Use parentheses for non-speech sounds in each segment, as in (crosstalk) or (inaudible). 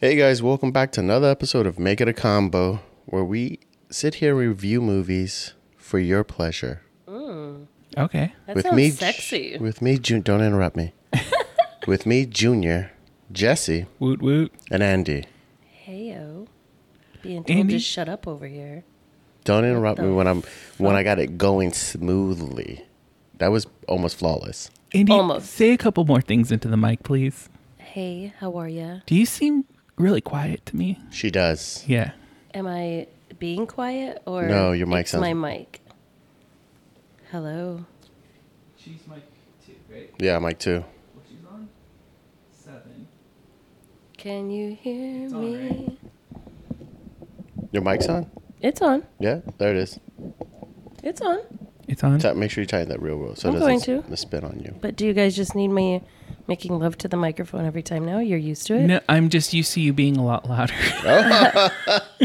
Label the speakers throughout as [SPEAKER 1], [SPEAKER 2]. [SPEAKER 1] Hey guys, welcome back to another episode of Make It a Combo, where we sit here and review movies for your pleasure.
[SPEAKER 2] Okay.
[SPEAKER 3] That
[SPEAKER 1] with
[SPEAKER 3] sounds
[SPEAKER 1] me, Ju-
[SPEAKER 3] sexy.
[SPEAKER 1] With me, June. Don't interrupt
[SPEAKER 3] (laughs)
[SPEAKER 1] me. with me, Junior, Jesse,
[SPEAKER 2] Woot woot.
[SPEAKER 1] and Andy.
[SPEAKER 3] Heyo. Being told
[SPEAKER 2] Andy?
[SPEAKER 3] to shut up over here.
[SPEAKER 1] Don't interrupt me
[SPEAKER 3] the
[SPEAKER 1] when I'm when I got it going smoothly. That was almost flawless.
[SPEAKER 2] Andy,
[SPEAKER 3] Almost.
[SPEAKER 2] say a couple more things into the mic, please.
[SPEAKER 3] Hey, how are ya?
[SPEAKER 2] Do you seem really quiet to me?
[SPEAKER 1] She does.
[SPEAKER 2] Yeah.
[SPEAKER 3] Am I being quiet or
[SPEAKER 1] No, your mic
[SPEAKER 3] it's
[SPEAKER 1] sounds-
[SPEAKER 3] my mic. Hello.
[SPEAKER 2] She's mic two, right?
[SPEAKER 1] Yeah, Mike too.
[SPEAKER 2] Well, she's on seven.
[SPEAKER 3] Can you hear
[SPEAKER 2] on,
[SPEAKER 3] me?
[SPEAKER 2] right?
[SPEAKER 1] Your mic's on.
[SPEAKER 3] It's on.
[SPEAKER 1] Yeah, there it is.
[SPEAKER 3] It's on.
[SPEAKER 2] It's on.
[SPEAKER 1] Ti- Make sure you tighten that real well so it
[SPEAKER 3] I'm
[SPEAKER 1] doesn't
[SPEAKER 3] going
[SPEAKER 1] s- spin on you.
[SPEAKER 3] But do you guys just need me making love to the microphone every time now? You're used to it?
[SPEAKER 2] No, I'm just used to you being a lot louder.
[SPEAKER 3] (laughs)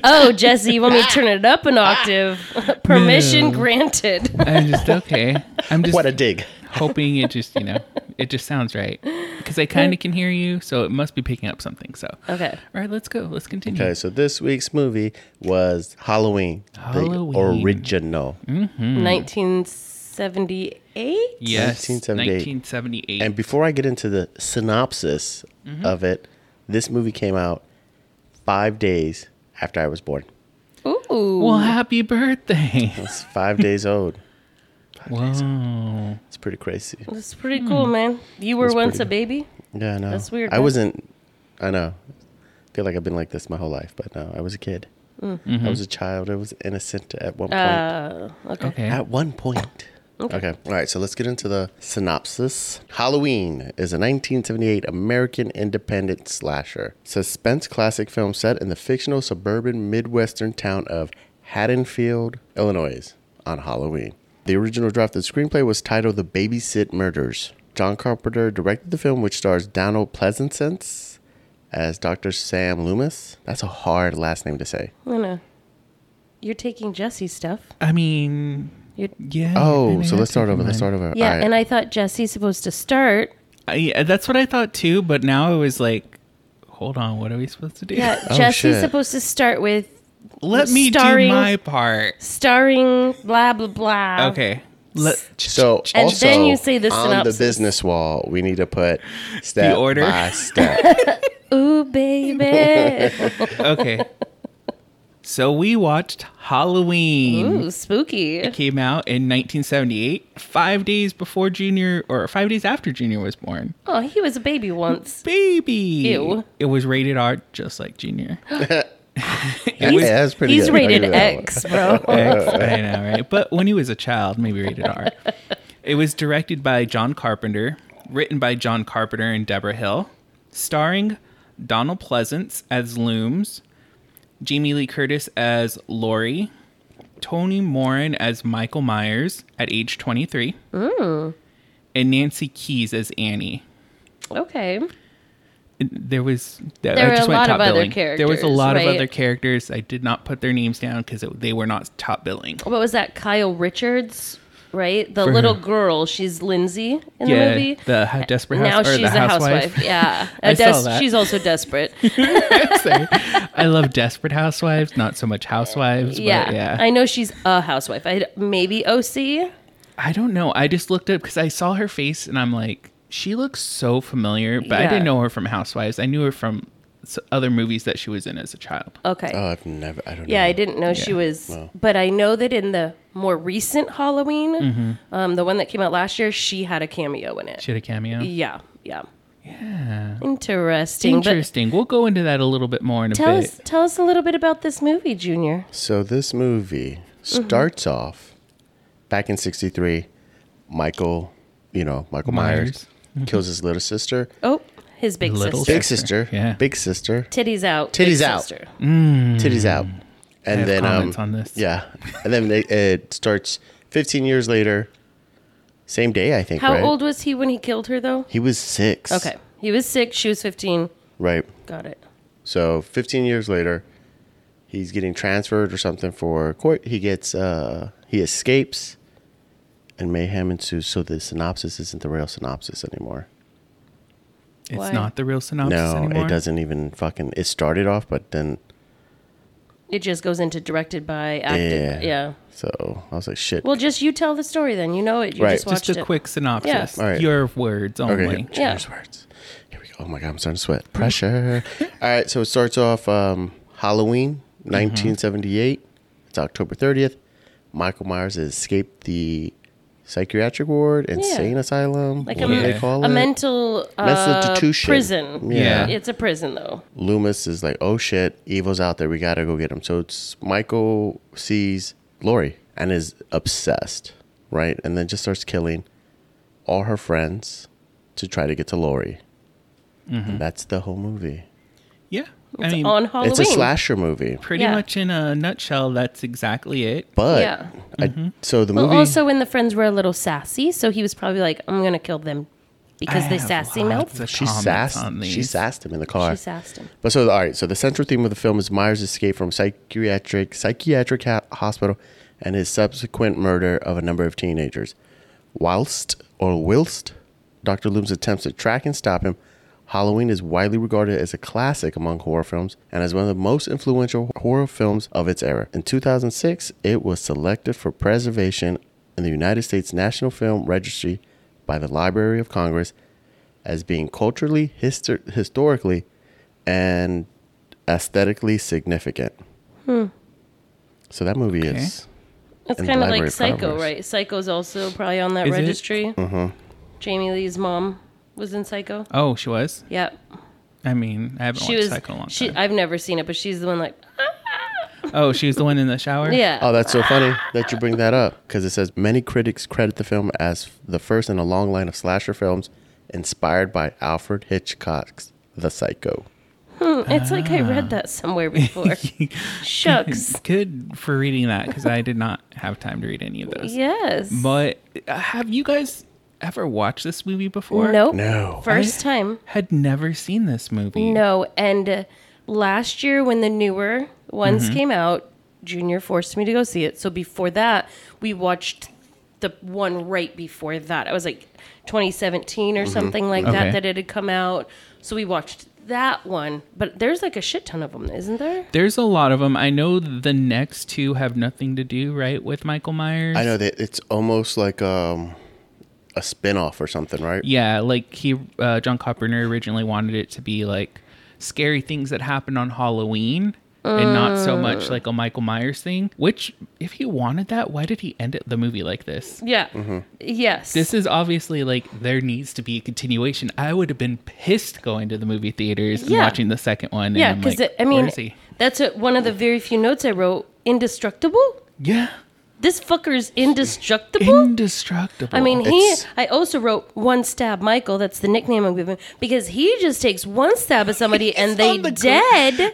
[SPEAKER 3] Oh, Jesse, you want me to turn it (laughs) up an octave? Permission
[SPEAKER 2] No.
[SPEAKER 3] granted.
[SPEAKER 2] (laughs) I'm just okay. I'm
[SPEAKER 1] (laughs)
[SPEAKER 2] just
[SPEAKER 1] What a dig!
[SPEAKER 2] hoping it just you know it just sounds right because I kind of can hear you, so it must be picking up something. So all
[SPEAKER 3] (laughs) okay.
[SPEAKER 2] right, let's go. Let's continue.
[SPEAKER 1] Okay, so this week's movie was Halloween,
[SPEAKER 2] Halloween. Mm-hmm.
[SPEAKER 1] the original.
[SPEAKER 2] Hmm.
[SPEAKER 3] 1978?
[SPEAKER 2] Yes,
[SPEAKER 1] 1978.
[SPEAKER 2] 1978.
[SPEAKER 1] And before I get into the synopsis
[SPEAKER 2] Mm-hmm.
[SPEAKER 1] of it, this movie came out five days after I was born.
[SPEAKER 3] Ooh.
[SPEAKER 2] well, happy birthday!
[SPEAKER 1] (laughs) It's five
[SPEAKER 2] (laughs)
[SPEAKER 1] days old.
[SPEAKER 2] Wow.
[SPEAKER 1] It's pretty crazy.
[SPEAKER 3] That's pretty
[SPEAKER 2] Hmm.
[SPEAKER 3] cool, man. You were
[SPEAKER 1] That's
[SPEAKER 3] once
[SPEAKER 1] pretty-
[SPEAKER 3] a baby?
[SPEAKER 1] Yeah, I know.
[SPEAKER 3] That's weird,
[SPEAKER 1] I
[SPEAKER 3] huh?
[SPEAKER 1] wasn't. I know. I feel like I've been like this my whole life, but no, I was a kid.
[SPEAKER 2] Mm-hmm.
[SPEAKER 1] I was a child. I was innocent at one point.
[SPEAKER 3] Mm. Uh, okay.
[SPEAKER 2] Okay.
[SPEAKER 1] At one point. Okay. All right. So let's get into the synopsis. Halloween is a 1978 American independent slasher suspense classic film set in the fictional suburban Midwestern town of Haddonfield, Illinois, on Halloween. The original draft of the screenplay was titled The Babysit Murders. John Carpenter directed the film, which stars Donald Pleasance as Dr. Sam Loomis. That's a hard last name to say.
[SPEAKER 3] No, no. You're taking Jesse's stuff.
[SPEAKER 2] I mean,
[SPEAKER 3] You're,
[SPEAKER 2] yeah.
[SPEAKER 1] Oh,
[SPEAKER 2] I
[SPEAKER 1] so
[SPEAKER 2] had
[SPEAKER 1] let's start
[SPEAKER 2] taken
[SPEAKER 1] over. Let's
[SPEAKER 2] mine.
[SPEAKER 1] start over.
[SPEAKER 3] yeah,
[SPEAKER 1] All right.
[SPEAKER 3] and I thought Jesse's supposed to start.
[SPEAKER 2] I, yeah, that's what I thought too, but now I was like, hold on, what are we supposed to do?
[SPEAKER 3] Yeah,
[SPEAKER 1] Oh,
[SPEAKER 3] Jesse's
[SPEAKER 1] shit.
[SPEAKER 3] supposed to start with
[SPEAKER 2] (laughs) Let me
[SPEAKER 3] Starring-
[SPEAKER 2] do my part.
[SPEAKER 3] starring blah blah blah.
[SPEAKER 2] Okay. Let,
[SPEAKER 1] So
[SPEAKER 3] And
[SPEAKER 1] also,
[SPEAKER 3] then you say the
[SPEAKER 1] on
[SPEAKER 3] synopsis.
[SPEAKER 1] the business wall, we need to put step
[SPEAKER 2] The order. (laughs)
[SPEAKER 1] by step.
[SPEAKER 3] Ooh,
[SPEAKER 1] (laughs)
[SPEAKER 3] baby. (laughs)
[SPEAKER 2] okay. so we watched Halloween.
[SPEAKER 3] Ooh, spooky.
[SPEAKER 2] Came out in 1978, five days before Junior, or five days after Junior was born.
[SPEAKER 3] Oh, he was a baby once.
[SPEAKER 2] Baby.
[SPEAKER 3] Ew.
[SPEAKER 2] It was rated R, just like Junior.
[SPEAKER 1] yeah, that's pretty
[SPEAKER 3] He's
[SPEAKER 1] good. I'll
[SPEAKER 3] rated
[SPEAKER 1] give you that one.
[SPEAKER 3] X,
[SPEAKER 1] (laughs)
[SPEAKER 3] bro.
[SPEAKER 2] X, (laughs) I know, right? But when he was a child, maybe rated R. It was directed by John Carpenter, written by John Carpenter and Deborah Hill, starring Donald Pleasance as Looms, Jamie Lee Curtis as Laurie, Tony Moran as Michael Myers at age 23, and Nancy Keys as Annie.
[SPEAKER 3] Okay.
[SPEAKER 2] There was there
[SPEAKER 3] There
[SPEAKER 2] I
[SPEAKER 3] were
[SPEAKER 2] just
[SPEAKER 3] a
[SPEAKER 2] went
[SPEAKER 3] lot
[SPEAKER 2] top
[SPEAKER 3] of other
[SPEAKER 2] billing. there was a
[SPEAKER 3] characters,
[SPEAKER 2] lot
[SPEAKER 3] right?
[SPEAKER 2] of other characters. I did not put their names down because they were not top billing.
[SPEAKER 3] What was that? Kyle Richards, right? The
[SPEAKER 2] For
[SPEAKER 3] little
[SPEAKER 2] who?
[SPEAKER 3] girl. She's Lindsay in the movie.
[SPEAKER 2] The ho- desperate
[SPEAKER 3] now
[SPEAKER 2] house, or
[SPEAKER 3] she's
[SPEAKER 2] the
[SPEAKER 3] a
[SPEAKER 2] (laughs)
[SPEAKER 3] housewife. Yeah.
[SPEAKER 2] I
[SPEAKER 3] A des-
[SPEAKER 2] saw that.
[SPEAKER 3] She's also
[SPEAKER 2] (laughs)
[SPEAKER 3] desperate.
[SPEAKER 2] Sorry. I love desperate housewives, not so much housewives.
[SPEAKER 3] yeah.
[SPEAKER 2] but yeah.
[SPEAKER 3] I know she's a housewife. I maybe OC.
[SPEAKER 2] I, don't know. I just looked up because I saw her face and I'm like, she looks so familiar, but I
[SPEAKER 3] Yeah.
[SPEAKER 2] didn't know her from Housewives. I knew her from s- other movies that she was in as a child.
[SPEAKER 3] Okay.
[SPEAKER 1] Oh, I've never. I don't
[SPEAKER 3] yeah,
[SPEAKER 1] know.
[SPEAKER 3] I didn't know she
[SPEAKER 2] Yeah.
[SPEAKER 3] was, but I know that in the more recent Halloween, um, the one that came out last year, she had a cameo in it.
[SPEAKER 2] Mm-hmm. She had a cameo.
[SPEAKER 3] Yeah, yeah.
[SPEAKER 2] Yeah.
[SPEAKER 3] Interesting. But
[SPEAKER 2] Interesting. we'll go into that a little bit more in a
[SPEAKER 3] tell
[SPEAKER 2] bit.
[SPEAKER 3] us, tell us a little bit about this movie, Junior.
[SPEAKER 1] So this movie
[SPEAKER 3] Mm-hmm.
[SPEAKER 1] starts off back in '63. Michael, you know Michael Myers, kills his little sister,
[SPEAKER 3] Oh, his big
[SPEAKER 2] Little
[SPEAKER 3] sister.
[SPEAKER 1] big
[SPEAKER 2] Mm-hmm. Sister,
[SPEAKER 1] sister,
[SPEAKER 2] yeah. Mm.
[SPEAKER 1] big sister,
[SPEAKER 3] Titties out.
[SPEAKER 1] Titties
[SPEAKER 3] big
[SPEAKER 1] out.
[SPEAKER 3] Sister.
[SPEAKER 1] titties out. And
[SPEAKER 2] have
[SPEAKER 1] then
[SPEAKER 2] comments
[SPEAKER 1] um,
[SPEAKER 2] on this.
[SPEAKER 1] Yeah, and then it, it starts 15 years later, same day I think.
[SPEAKER 3] How
[SPEAKER 1] right?
[SPEAKER 3] old was he when he killed her, though?
[SPEAKER 1] He was six.
[SPEAKER 3] Okay, he was six. She was fifteen.
[SPEAKER 1] Right.
[SPEAKER 3] Got it.
[SPEAKER 1] So 15 years later, he's getting transferred or something for court. He gets uh, he escapes, and mayhem ensues. So the synopsis isn't the real synopsis anymore.
[SPEAKER 2] It's
[SPEAKER 3] Why?
[SPEAKER 2] not the real synopsis
[SPEAKER 1] No,
[SPEAKER 2] anymore.
[SPEAKER 1] it doesn't even fucking. It started off, but then
[SPEAKER 3] It just goes into directed by, acted.
[SPEAKER 1] Yeah.
[SPEAKER 3] Yeah.
[SPEAKER 1] so I was like, shit.
[SPEAKER 3] Well, just you tell the story then. You know it. You
[SPEAKER 1] Right.
[SPEAKER 3] just watched
[SPEAKER 2] Just a
[SPEAKER 3] it.
[SPEAKER 2] quick synopsis.
[SPEAKER 1] Yeah. All right.
[SPEAKER 2] Your words only.
[SPEAKER 1] Okay,
[SPEAKER 3] Yeah.
[SPEAKER 1] James words. Here we go. Oh my god, I'm starting to sweat. Pressure. (laughs) All right, so it starts off um, Halloween,
[SPEAKER 3] Mm-hmm.
[SPEAKER 1] 1978. It's October 30th. Michael Myers has escaped the psychiatric ward, insane asylum.
[SPEAKER 3] like
[SPEAKER 1] what
[SPEAKER 3] a,
[SPEAKER 1] do they
[SPEAKER 2] Yeah.
[SPEAKER 1] call
[SPEAKER 3] a
[SPEAKER 1] it?
[SPEAKER 3] mental uh,
[SPEAKER 1] Menstitution.
[SPEAKER 3] prison.
[SPEAKER 1] Yeah.
[SPEAKER 2] Yeah.
[SPEAKER 3] It's a prison though.
[SPEAKER 1] Loomis is like, oh shit, evil's out there. We gotta go get him. So it's Michael sees Lori and is obsessed, right? And then just starts killing all her friends to try to get to Lori.
[SPEAKER 2] Mm-hmm.
[SPEAKER 1] And that's the whole movie.
[SPEAKER 2] Yeah. I
[SPEAKER 3] It's
[SPEAKER 2] mean,
[SPEAKER 3] on Halloween.
[SPEAKER 1] It's a slasher movie,
[SPEAKER 2] pretty
[SPEAKER 3] Yeah.
[SPEAKER 2] much in a nutshell, that's exactly it.
[SPEAKER 1] but
[SPEAKER 3] Yeah.
[SPEAKER 1] I,
[SPEAKER 2] Mm-hmm.
[SPEAKER 1] so the
[SPEAKER 3] Well,
[SPEAKER 1] movie.
[SPEAKER 3] also when the friends were a little sassy, so he was probably like, "I'm gonna kill them," because
[SPEAKER 2] I
[SPEAKER 3] they
[SPEAKER 2] have
[SPEAKER 3] sassy
[SPEAKER 2] lots
[SPEAKER 3] mouth.
[SPEAKER 2] of
[SPEAKER 1] she
[SPEAKER 2] comments
[SPEAKER 1] sassed.
[SPEAKER 2] on
[SPEAKER 1] She
[SPEAKER 2] these.
[SPEAKER 1] sassed him in the car.
[SPEAKER 3] She sassed him.
[SPEAKER 1] But so, all right. So the central theme of the film is Myers' escape from psychiatric psychiatric ha- hospital and his subsequent murder of a number of teenagers. Whilst or whilst Dr. Looms attempts to track and stop him, Halloween is widely regarded as a classic among horror films and as one of the most influential horror films of its era. In 2006, it was selected for preservation in the United States National Film Registry by the Library of Congress as being culturally, histor- historically, and aesthetically significant.
[SPEAKER 3] Hmm.
[SPEAKER 1] So that movie
[SPEAKER 2] Okay.
[SPEAKER 1] is
[SPEAKER 3] It's
[SPEAKER 1] in
[SPEAKER 3] kind of
[SPEAKER 1] Library
[SPEAKER 3] like
[SPEAKER 1] of
[SPEAKER 3] Psycho,
[SPEAKER 1] Congress.
[SPEAKER 3] right? Psycho's also probably on that
[SPEAKER 2] Is it?
[SPEAKER 3] registry.
[SPEAKER 1] Mm-hmm.
[SPEAKER 3] Jamie Lee's mom was in Psycho.
[SPEAKER 2] Oh, she was?
[SPEAKER 3] Yeah,
[SPEAKER 2] I mean, I haven't
[SPEAKER 3] she
[SPEAKER 2] watched
[SPEAKER 3] was.
[SPEAKER 2] Psycho in a long
[SPEAKER 3] she,
[SPEAKER 2] time.
[SPEAKER 3] I've never seen it, but she's the one like, (laughs)
[SPEAKER 2] oh, she was the one in the shower?
[SPEAKER 3] yeah.
[SPEAKER 1] Oh, that's so funny that you bring that up because it says many critics credit the film as the first in a long line of slasher films inspired by Alfred Hitchcock's The Psycho.
[SPEAKER 3] it's like I
[SPEAKER 2] Ah.
[SPEAKER 3] read that
[SPEAKER 2] (laughs)
[SPEAKER 3] somewhere before. Shucks.
[SPEAKER 2] Good for reading that because I did not have time to read any of those.
[SPEAKER 3] Yes.
[SPEAKER 2] But uh, have you guys ever watched this movie before?
[SPEAKER 3] nope.
[SPEAKER 1] No.
[SPEAKER 3] First
[SPEAKER 2] I-
[SPEAKER 3] time.
[SPEAKER 2] Had never seen this movie.
[SPEAKER 3] No, and uh, last year when the newer ones
[SPEAKER 2] Mm-hmm.
[SPEAKER 3] came out, Junior forced me to go see it. So before that, we watched the one right before that. I was like 2017 or something like
[SPEAKER 2] Mm-hmm. Okay.
[SPEAKER 3] that that it had come out. So we watched that one, but there's like a shit ton of them, isn't there?
[SPEAKER 2] There's a lot of them. I know the next two have nothing to do, right, with Michael Myers.
[SPEAKER 1] I know that it's almost like um, a spin off or something, right?
[SPEAKER 2] Yeah, like he, uh, John Carpenter originally wanted it to be like scary things that happen on Halloween and not so
[SPEAKER 3] Mm.
[SPEAKER 2] much like a Michael Myers thing. Which, if he wanted that, why did he end it, the movie like this?
[SPEAKER 3] Yeah. Yes.
[SPEAKER 2] Mm-hmm. This is obviously like there needs to be a continuation. I would have been pissed going to the movie theaters and
[SPEAKER 3] Yeah.
[SPEAKER 2] watching the second one.
[SPEAKER 3] yeah,
[SPEAKER 2] and I'm
[SPEAKER 3] because
[SPEAKER 2] like,
[SPEAKER 3] I mean,
[SPEAKER 2] where is he?
[SPEAKER 3] that's a, one of the very few notes I wrote. Indestructible?
[SPEAKER 2] yeah,
[SPEAKER 3] This fucker's indestructible?
[SPEAKER 2] indestructible.
[SPEAKER 3] I mean,
[SPEAKER 1] It's-
[SPEAKER 3] he. I also wrote one stab Michael. That's the nickname I'm giving him, because he just takes one stab at somebody and they
[SPEAKER 2] on the gr-
[SPEAKER 3] dead.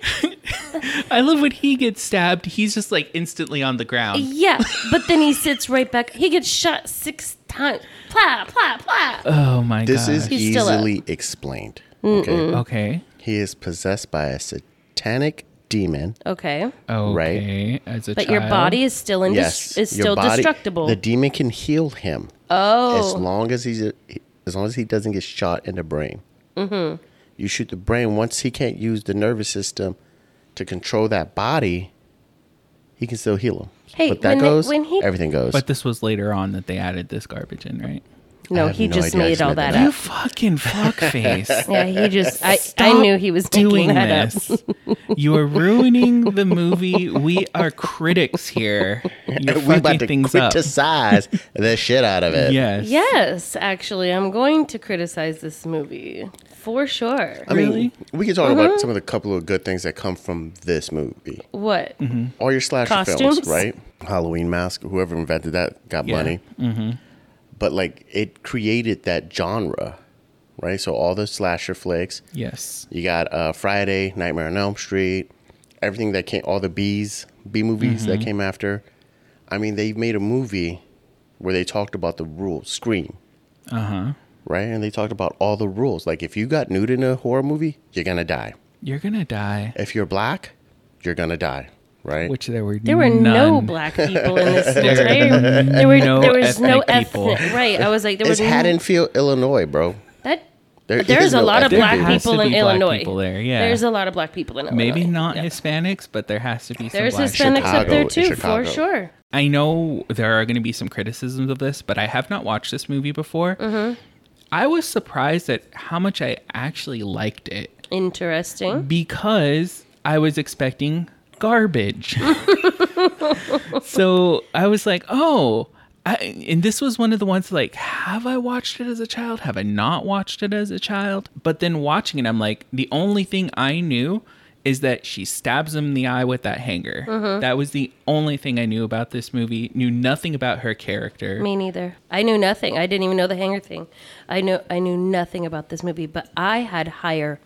[SPEAKER 2] I love when he gets stabbed. He's just like instantly on the ground.
[SPEAKER 3] yeah, but then he sits right back. He gets shot six times. Plah plah plah.
[SPEAKER 2] Oh my
[SPEAKER 1] This
[SPEAKER 2] god.
[SPEAKER 1] is
[SPEAKER 3] He's still up.
[SPEAKER 1] easily explained. Okay.
[SPEAKER 2] okay.
[SPEAKER 1] He is possessed by a satanic demon.
[SPEAKER 3] Okay,
[SPEAKER 1] Right.
[SPEAKER 2] Okay. As a
[SPEAKER 3] but your
[SPEAKER 2] child.
[SPEAKER 3] body is still in.
[SPEAKER 1] Yes.
[SPEAKER 3] is
[SPEAKER 1] your
[SPEAKER 3] still
[SPEAKER 1] body-
[SPEAKER 3] destructible.
[SPEAKER 1] The demon can heal him. as
[SPEAKER 3] oh,
[SPEAKER 1] long as he's as long as he doesn't get shot in the brain. Mm-hmm. You shoot the brain once he can't use the nervous system to control that body. He can still heal him.
[SPEAKER 3] Hey,
[SPEAKER 1] but that
[SPEAKER 3] when they-
[SPEAKER 1] goes.
[SPEAKER 3] when he-
[SPEAKER 1] everything goes.
[SPEAKER 2] But this was later on that they added this garbage in, right?
[SPEAKER 1] I
[SPEAKER 3] no,
[SPEAKER 1] have
[SPEAKER 3] he
[SPEAKER 1] no
[SPEAKER 3] just
[SPEAKER 1] idea. I
[SPEAKER 3] made
[SPEAKER 1] just
[SPEAKER 3] all
[SPEAKER 1] made
[SPEAKER 3] that
[SPEAKER 1] that
[SPEAKER 2] You
[SPEAKER 3] up.
[SPEAKER 2] fucking (laughs) fuckface.
[SPEAKER 3] Yeah, he just. I, I
[SPEAKER 2] Stop
[SPEAKER 3] knew he was
[SPEAKER 2] doing
[SPEAKER 3] doing that up.
[SPEAKER 2] this. you are ruining the movie. We are critics
[SPEAKER 3] (laughs)
[SPEAKER 2] here. You're
[SPEAKER 1] (laughs) we about
[SPEAKER 2] fucking
[SPEAKER 1] to
[SPEAKER 2] things up.
[SPEAKER 1] criticize the shit out of
[SPEAKER 2] (laughs)
[SPEAKER 1] it.
[SPEAKER 2] Yes.
[SPEAKER 3] Yes, actually, I'm going to criticize this movie for sure.
[SPEAKER 1] I mean,
[SPEAKER 2] Really?
[SPEAKER 1] we can talk
[SPEAKER 3] Mm-hmm.
[SPEAKER 1] about some of the couple of good things that come from this movie.
[SPEAKER 3] what?
[SPEAKER 1] All your slasher films,
[SPEAKER 3] Costumes?
[SPEAKER 1] right? Halloween mask. Whoever invented that got
[SPEAKER 2] Yeah.
[SPEAKER 1] money. But like, it created that genre, right? So all the slasher flicks,
[SPEAKER 2] Yes.
[SPEAKER 1] You got uh, Friday, Nightmare on Elm Street, everything that came, all the B's, B movies that came after. I mean, they made a movie where they talked about the rules, Scream,
[SPEAKER 2] Uh huh.
[SPEAKER 1] right? And they talked about all the rules. Like, if you got nude in a horror movie, you're going to die.
[SPEAKER 2] You're gonna die.
[SPEAKER 1] If you're black, you're going to die, right?
[SPEAKER 2] Which there were
[SPEAKER 3] There were no
[SPEAKER 2] none.
[SPEAKER 3] black people in
[SPEAKER 2] (laughs)
[SPEAKER 3] this
[SPEAKER 2] There were
[SPEAKER 3] entire. There were
[SPEAKER 2] no
[SPEAKER 3] there was no
[SPEAKER 2] ethnic people.
[SPEAKER 3] ethnic. Right, I was like, there
[SPEAKER 1] it's
[SPEAKER 3] was no,
[SPEAKER 1] Haddonfield, Illinois, bro.
[SPEAKER 3] that.
[SPEAKER 1] There
[SPEAKER 3] There's
[SPEAKER 1] is
[SPEAKER 3] a
[SPEAKER 1] no
[SPEAKER 3] lot of
[SPEAKER 1] ethnic
[SPEAKER 3] black
[SPEAKER 1] group.
[SPEAKER 2] has to
[SPEAKER 3] people in
[SPEAKER 2] be black
[SPEAKER 3] Illinois.
[SPEAKER 2] people there, yeah.
[SPEAKER 3] There's a lot of black people in Illinois.
[SPEAKER 2] Maybe not
[SPEAKER 3] Yeah.
[SPEAKER 2] Hispanics, but there has to be some
[SPEAKER 3] There's
[SPEAKER 2] black
[SPEAKER 3] Hispanics up
[SPEAKER 1] Chicago-
[SPEAKER 3] there too, for
[SPEAKER 1] Chicago.
[SPEAKER 3] sure.
[SPEAKER 2] I know there are going to be some criticisms of this, but I have not watched this movie before. I was surprised at how much I actually liked it
[SPEAKER 3] Interesting.
[SPEAKER 2] because I was expecting garbage. (laughs) so I was like, oh, I, and this was one of the ones like, have I watched it as a child? Have I not watched it as a child? But then watching it, I'm like, the only thing I knew is that she stabs him in the eye with that hanger.
[SPEAKER 3] Mm-hmm.
[SPEAKER 2] That was the only thing I knew about this movie. Knew nothing about her character.
[SPEAKER 3] Me neither. I knew nothing. I didn't even know the hanger thing. I know I knew nothing about this movie, but I had higher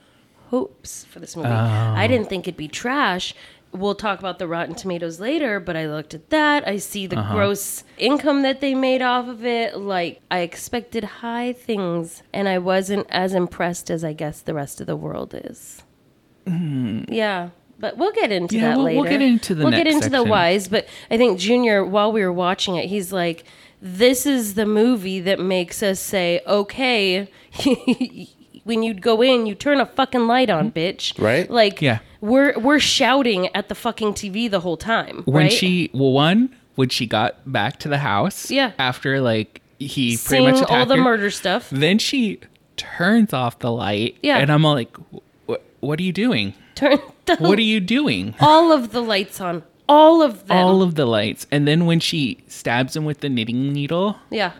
[SPEAKER 3] hopes for this movie.
[SPEAKER 2] Oh.
[SPEAKER 3] I didn't think it'd be trash. We'll talk about the Rotten Tomatoes later, but I looked at that. I see the
[SPEAKER 2] Uh-huh.
[SPEAKER 3] gross income that they made off of it. Like I expected high things, and I wasn't as impressed as I guess the rest of the world is. Yeah. But we'll get into
[SPEAKER 2] Hmm. Yeah,
[SPEAKER 3] that
[SPEAKER 2] we'll-
[SPEAKER 3] later.
[SPEAKER 2] we'll get into the
[SPEAKER 3] We'll
[SPEAKER 2] next
[SPEAKER 3] get into the
[SPEAKER 2] section.
[SPEAKER 3] why eyes, but I think Junior, while we were watching it, he's like, "This is the movie that makes us say, okay." (laughs) When you go in, you turn a fucking light on, bitch.
[SPEAKER 1] Right?
[SPEAKER 3] Like,
[SPEAKER 2] Yeah.
[SPEAKER 3] we're we're shouting at the fucking TV the whole time.
[SPEAKER 2] when
[SPEAKER 3] right?
[SPEAKER 2] she well one when she got back to the house
[SPEAKER 3] Yeah.
[SPEAKER 2] after like he
[SPEAKER 3] sing
[SPEAKER 2] pretty much attacked
[SPEAKER 3] all the
[SPEAKER 2] her,
[SPEAKER 3] murder stuff,
[SPEAKER 2] then she turns off the light
[SPEAKER 3] Yeah.
[SPEAKER 2] and i'm all like "Wh- what are you doing
[SPEAKER 3] turn (laughs) the,
[SPEAKER 2] what are you
[SPEAKER 3] (laughs)
[SPEAKER 2] doing
[SPEAKER 3] all of the lights on, all of them.
[SPEAKER 2] all of the lights and then when she stabs him with the knitting needle
[SPEAKER 3] yeah,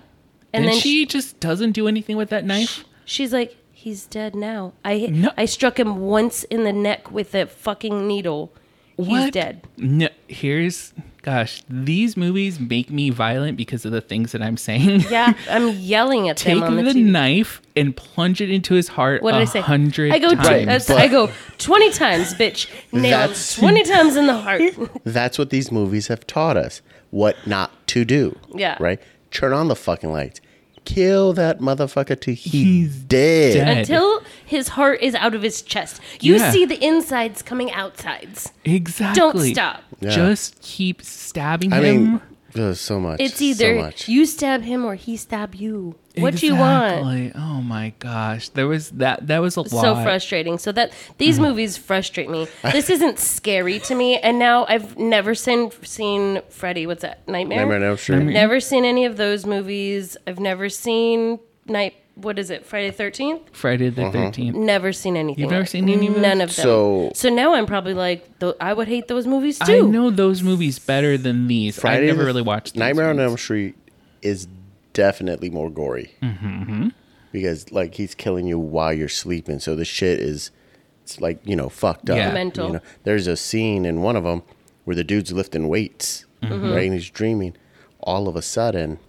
[SPEAKER 2] and,
[SPEAKER 3] and then
[SPEAKER 2] she just doesn't do anything with that knife
[SPEAKER 3] She's like, he's dead now. I
[SPEAKER 2] No.
[SPEAKER 3] I struck him once in the neck with a fucking needle. He's
[SPEAKER 2] What?
[SPEAKER 3] dead.
[SPEAKER 2] no here's gosh these movies make me violent because of the things that i'm saying (laughs)
[SPEAKER 3] Yeah, I'm yelling at
[SPEAKER 2] Take
[SPEAKER 3] them on the,
[SPEAKER 2] the
[SPEAKER 3] TV.
[SPEAKER 2] knife and plunge it into his heart.
[SPEAKER 3] What did I say?
[SPEAKER 2] Hundred.
[SPEAKER 3] I go.
[SPEAKER 2] times.
[SPEAKER 1] Right,
[SPEAKER 3] that's-
[SPEAKER 1] but-
[SPEAKER 3] I go twenty times, bitch. Nail him
[SPEAKER 1] That's-
[SPEAKER 3] twenty times in the heart.
[SPEAKER 1] That's what these movies have taught us what not to do.
[SPEAKER 3] Yeah.
[SPEAKER 1] Right? Turn on the fucking lights. Kill that motherfucker till he's, dead.
[SPEAKER 2] dead.
[SPEAKER 3] (laughs) Until his heart is out of his chest. You
[SPEAKER 2] Yeah.
[SPEAKER 3] see the insides coming outsides.
[SPEAKER 2] Exactly.
[SPEAKER 3] stop.
[SPEAKER 1] Yeah.
[SPEAKER 2] Just keep stabbing
[SPEAKER 1] I
[SPEAKER 2] him.
[SPEAKER 1] mean, ugh, so much.
[SPEAKER 3] It's either
[SPEAKER 1] so much.
[SPEAKER 3] you stab him or he stab you. What do you want?
[SPEAKER 2] Exactly. Oh my gosh, there was that. That was a lot.
[SPEAKER 3] So frustrating. So that these
[SPEAKER 2] Mm.
[SPEAKER 3] movies frustrate me. This isn't scary to me. And now I've never seen seen Freddy. What's that? Nightmare.
[SPEAKER 1] Nightmare on Elm Street.
[SPEAKER 2] Nightmare-
[SPEAKER 3] Never seen any of those movies. I've never seen night. What is it? Friday Thirteenth.
[SPEAKER 2] Friday
[SPEAKER 1] Mm-hmm.
[SPEAKER 2] the 13th
[SPEAKER 3] Never seen anything.
[SPEAKER 2] You've never
[SPEAKER 3] like
[SPEAKER 2] seen any of
[SPEAKER 3] None of them.
[SPEAKER 1] So-
[SPEAKER 3] so now I'm probably like, th- I would hate those movies
[SPEAKER 2] I
[SPEAKER 3] too.
[SPEAKER 2] know those movies better than these.
[SPEAKER 1] Friday
[SPEAKER 2] I never
[SPEAKER 1] the-
[SPEAKER 2] really watched these
[SPEAKER 1] Nightmare on
[SPEAKER 2] ones.
[SPEAKER 1] Elm Street is definitely more gory. Mm-hmm. Because, like, he's killing you while you're sleeping. So the shit is, it's like, you know, fucked up.
[SPEAKER 2] Yeah.
[SPEAKER 3] Mental.
[SPEAKER 1] You know, there's a scene in one of them where the dude's lifting weights, right? And he's dreaming. All of a sudden,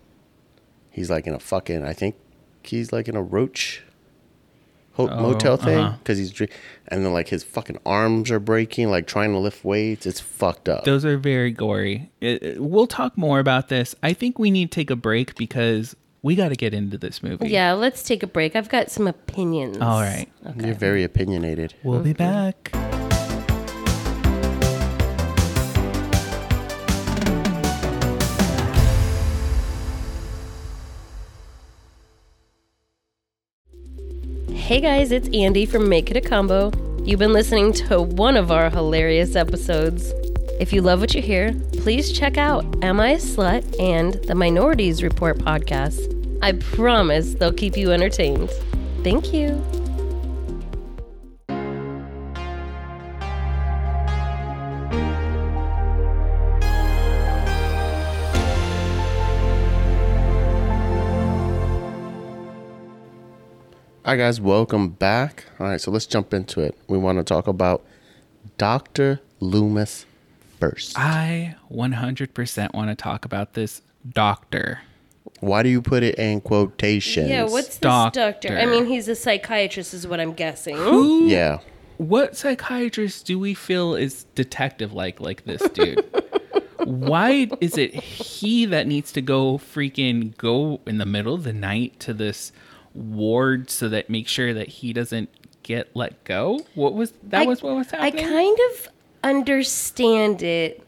[SPEAKER 1] he's like in a fucking, I think he's like in a roach ho- motel thing
[SPEAKER 2] uh-huh.
[SPEAKER 1] because he's dream- and then like his fucking arms are breaking, like trying to lift weights. It's fucked up.
[SPEAKER 2] Those are very gory. It- it- we'll talk more about this. I think we need to take a break because we got to get into this movie.
[SPEAKER 3] Yeah, let's take a break. I've got some opinions.
[SPEAKER 2] All right.
[SPEAKER 1] You're very opinionated.
[SPEAKER 2] We'll be back.
[SPEAKER 3] Hey guys, it's Andy from Make It a Combo. You've been listening to one of our hilarious episodes. If you love what you hear, please check out Am I a Slut and the Minorities Report podcast. I promise they'll keep you entertained. Thank you.
[SPEAKER 1] All right, guys, welcome back. All right, so let's jump into it. We want to talk about Dr. Loomis first.
[SPEAKER 2] I 100% want to talk about this doctor.
[SPEAKER 1] Why do you put it in quotations?
[SPEAKER 3] Yeah, what's this
[SPEAKER 2] Doctor.
[SPEAKER 3] doctor? I mean, he's a psychiatrist, is what I'm guessing.
[SPEAKER 2] Who
[SPEAKER 1] Yeah.
[SPEAKER 2] what psychiatrist do we feel is detective like like this dude
[SPEAKER 3] (laughs)
[SPEAKER 2] why is it he that needs to go freaking go in the middle of the night to this ward so that make sure that he doesn't get let go what was that was what was
[SPEAKER 3] I
[SPEAKER 2] happening
[SPEAKER 3] kind of understand it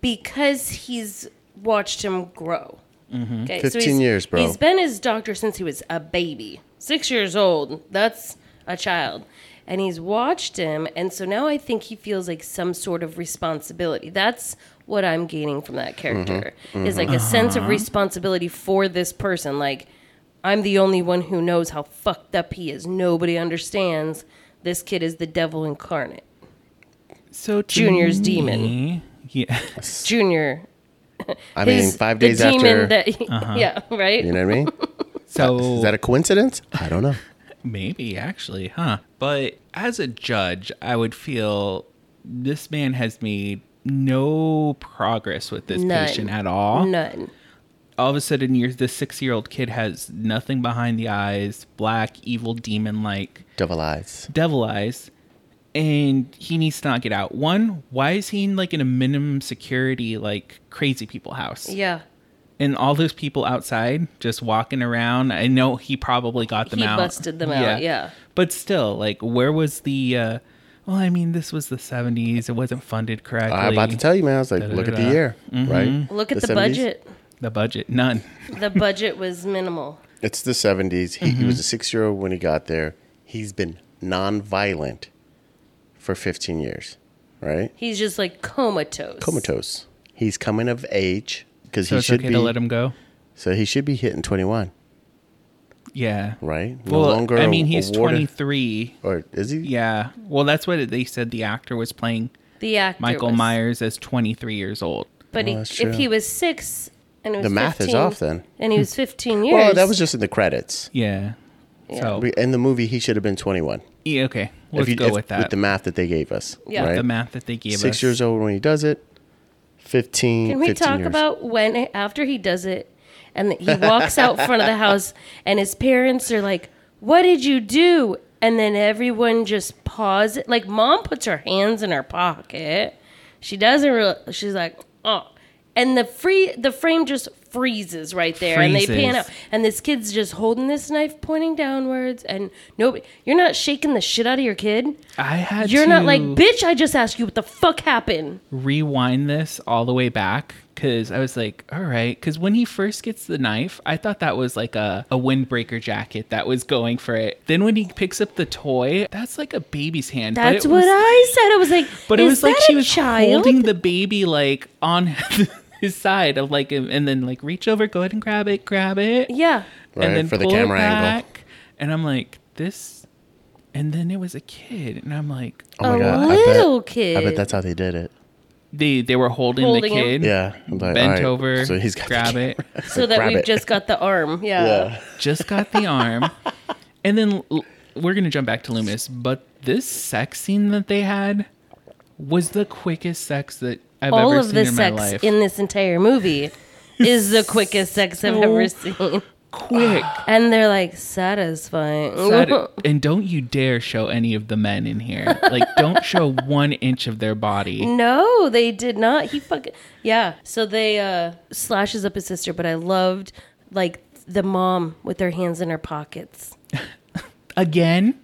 [SPEAKER 3] because he's watched him grow. Okay,
[SPEAKER 1] 15
[SPEAKER 3] he's-
[SPEAKER 1] years, bro.
[SPEAKER 3] He's been his doctor since he was a baby. six years old. That's a child. And he's watched him. And so now I think he feels like some sort of responsibility. That's what I'm gaining from that
[SPEAKER 1] Mm-hmm.
[SPEAKER 3] character is like a sense of responsibility for this person. Like, I'm the only one who knows how fucked up he is. Nobody understands. This kid is the devil incarnate.
[SPEAKER 2] So to
[SPEAKER 3] Junior's demon.
[SPEAKER 2] me-
[SPEAKER 3] (laughs)
[SPEAKER 2] Yeah.
[SPEAKER 3] Junior.
[SPEAKER 1] I mean,
[SPEAKER 3] his-
[SPEAKER 1] five
[SPEAKER 3] the
[SPEAKER 1] days
[SPEAKER 3] demon
[SPEAKER 1] after.
[SPEAKER 3] That (laughs) Yeah, right?
[SPEAKER 1] you know what I mean?
[SPEAKER 2] So
[SPEAKER 1] Is that a coincidence? I don't know.
[SPEAKER 2] Maybe actually, huh? But as a judge, I would feel this man has made no progress with this
[SPEAKER 3] None.
[SPEAKER 2] patient at all.
[SPEAKER 3] None.
[SPEAKER 2] All of a sudden, you're this six-year-old kid has nothing behind the eyes, black, evil, demon-like,
[SPEAKER 1] Devil eyes.
[SPEAKER 2] devil eyes, and he needs to not get out. One, why is he in like in a minimum security like crazy people house?
[SPEAKER 3] Yeah.
[SPEAKER 2] and all those people outside just walking around. I know he probably got them
[SPEAKER 3] He
[SPEAKER 2] out.
[SPEAKER 3] busted them out, yeah.
[SPEAKER 2] But still, like, where was the? uh Well, I mean, this was the '70s. It wasn't funded correctly.
[SPEAKER 1] I'm about to tell you, man. I was like, look at the
[SPEAKER 2] Da-da-da-da. Mm-hmm.
[SPEAKER 1] year, right?
[SPEAKER 3] Look at the,
[SPEAKER 1] 70s.
[SPEAKER 3] budget.
[SPEAKER 2] the budget, none.
[SPEAKER 3] The budget was minimal.
[SPEAKER 1] It's the 70s. He,
[SPEAKER 2] Mm-hmm.
[SPEAKER 1] he was a six year old when he got there. He's been nonviolent for 15 years, right?
[SPEAKER 3] He's just like comatose.
[SPEAKER 1] Comatose. He's coming of age because
[SPEAKER 2] So
[SPEAKER 1] he
[SPEAKER 2] it's
[SPEAKER 1] should
[SPEAKER 2] okay
[SPEAKER 1] be.
[SPEAKER 2] to let him go.
[SPEAKER 1] So he should be hitting 21,
[SPEAKER 2] Yeah.
[SPEAKER 1] right?
[SPEAKER 2] Well, I mean, he's
[SPEAKER 1] awarded-
[SPEAKER 2] 23.
[SPEAKER 1] Or is he?
[SPEAKER 2] Yeah. Well, that's what they said. The actor was playing
[SPEAKER 3] The actor.
[SPEAKER 2] Michael
[SPEAKER 3] was.
[SPEAKER 2] Myers as 23 years old.
[SPEAKER 3] But he,
[SPEAKER 1] Well, Oh, that's
[SPEAKER 3] if
[SPEAKER 1] true.
[SPEAKER 3] he was six and it was
[SPEAKER 1] The math is
[SPEAKER 3] 15,
[SPEAKER 1] off then.
[SPEAKER 3] And he was 15 years.
[SPEAKER 1] Well, that was just in the credits.
[SPEAKER 2] Yeah. So
[SPEAKER 1] We- In the movie, he should have been 21.
[SPEAKER 2] yeah, okay, let's
[SPEAKER 1] you,
[SPEAKER 2] go with that.
[SPEAKER 1] With the math that they gave us.
[SPEAKER 3] Yeah.
[SPEAKER 1] right?
[SPEAKER 2] the math that they gave
[SPEAKER 1] Six
[SPEAKER 2] us.
[SPEAKER 1] years old when he does it, 15.
[SPEAKER 3] Can we
[SPEAKER 1] 15
[SPEAKER 3] talk
[SPEAKER 1] years.
[SPEAKER 3] about when, after he does it, and that he walks out front of the house, and his parents are like, What did you do? And then everyone just pauses. Like, mom puts her hands in her pocket. She doesn't really, she's like, Oh. And the free the frame just freezes right there, and they pan
[SPEAKER 2] Freezes.
[SPEAKER 3] out, and this kid's just holding this knife pointing downwards, and nobody, you're not shaking the shit out of your kid.
[SPEAKER 2] I had
[SPEAKER 3] You're not
[SPEAKER 2] to-
[SPEAKER 3] like, bitch. I just asked you what the fuck happened.
[SPEAKER 2] rewind this all the way back because I was like, all right. Because when he first gets the knife, I thought that was like a, a windbreaker jacket that was going for it. Then when he picks up the toy, that's like a baby's hand. but
[SPEAKER 3] That's
[SPEAKER 2] it
[SPEAKER 3] what
[SPEAKER 2] was-
[SPEAKER 3] I said. I was like,
[SPEAKER 2] But it
[SPEAKER 3] is
[SPEAKER 2] was like
[SPEAKER 3] that
[SPEAKER 2] she
[SPEAKER 3] a
[SPEAKER 2] was
[SPEAKER 3] child?
[SPEAKER 2] holding the baby like on (laughs) his side of like, him, and then like reach over, go ahead and grab it, grab it.
[SPEAKER 3] Yeah,
[SPEAKER 1] Right,
[SPEAKER 2] and then
[SPEAKER 1] for the
[SPEAKER 2] pull it
[SPEAKER 1] camera angle.
[SPEAKER 2] back. And I'm like, this. And then it was a kid, and I'm like,
[SPEAKER 1] Oh my
[SPEAKER 3] a
[SPEAKER 1] God, I bet-
[SPEAKER 3] little kid.
[SPEAKER 1] I bet that's how they did it.
[SPEAKER 2] they they were holding,
[SPEAKER 3] Holding
[SPEAKER 2] the
[SPEAKER 3] him.
[SPEAKER 2] kid,
[SPEAKER 1] Yeah. I'm like, all
[SPEAKER 2] Mm-hmm. bent
[SPEAKER 1] right,
[SPEAKER 2] over,
[SPEAKER 1] So he's got the
[SPEAKER 2] grab
[SPEAKER 1] camera.
[SPEAKER 2] it,
[SPEAKER 3] so that
[SPEAKER 1] grab
[SPEAKER 3] we've
[SPEAKER 1] it.
[SPEAKER 3] just got
[SPEAKER 1] (laughs)
[SPEAKER 3] the arm. Yeah.
[SPEAKER 1] Yeah.
[SPEAKER 2] just got
[SPEAKER 1] (laughs)
[SPEAKER 2] the arm. And then l- we're going to jump back to Loomis, but this sex scene that they had was the quickest sex that I've
[SPEAKER 3] All
[SPEAKER 2] ever
[SPEAKER 3] of
[SPEAKER 2] seen
[SPEAKER 3] the
[SPEAKER 2] in my
[SPEAKER 3] sex
[SPEAKER 2] life.
[SPEAKER 3] in this entire movie
[SPEAKER 2] (laughs)
[SPEAKER 3] is the quickest sex I've ever seen.
[SPEAKER 2] Quick.
[SPEAKER 3] And they're like satisfying.
[SPEAKER 2] That- and don't you dare show any of the men in here. Like, don't show one inch of their body.
[SPEAKER 3] (laughs) No, they did not. He fucking yeah. So they uh slashes up his sister, but I loved like the mom with her hands in her pockets.
[SPEAKER 2] Again,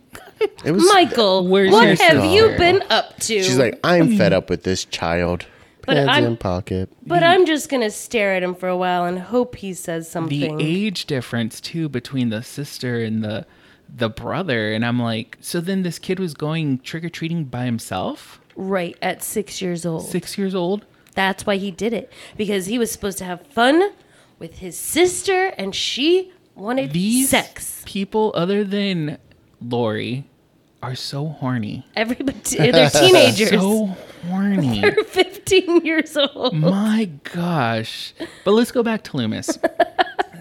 [SPEAKER 1] It was.
[SPEAKER 3] Michael,
[SPEAKER 2] Where's
[SPEAKER 3] what
[SPEAKER 2] your
[SPEAKER 3] have you
[SPEAKER 1] sister?
[SPEAKER 3] been up to?
[SPEAKER 1] She's like, I'm fed up with this child.
[SPEAKER 3] But
[SPEAKER 1] Hands
[SPEAKER 3] I'm-
[SPEAKER 1] in pocket.
[SPEAKER 3] But I'm just gonna stare at him for a while and hope he says
[SPEAKER 2] the
[SPEAKER 3] something.
[SPEAKER 2] age difference, too, between the sister and the the brother and i'm like so then this kid was going trick-or-treating by himself
[SPEAKER 3] right at six years old.
[SPEAKER 2] six years old
[SPEAKER 3] That's why he did it because he was supposed to have fun with his sister, and she wanted
[SPEAKER 2] these
[SPEAKER 3] sex.
[SPEAKER 2] people other than Lori are so horny. (laughs)
[SPEAKER 3] Everybody, they're teenagers. (laughs)
[SPEAKER 2] So Mm-hmm. horny.
[SPEAKER 3] they're 15 years old.
[SPEAKER 2] My gosh. But let's go back to Loomis.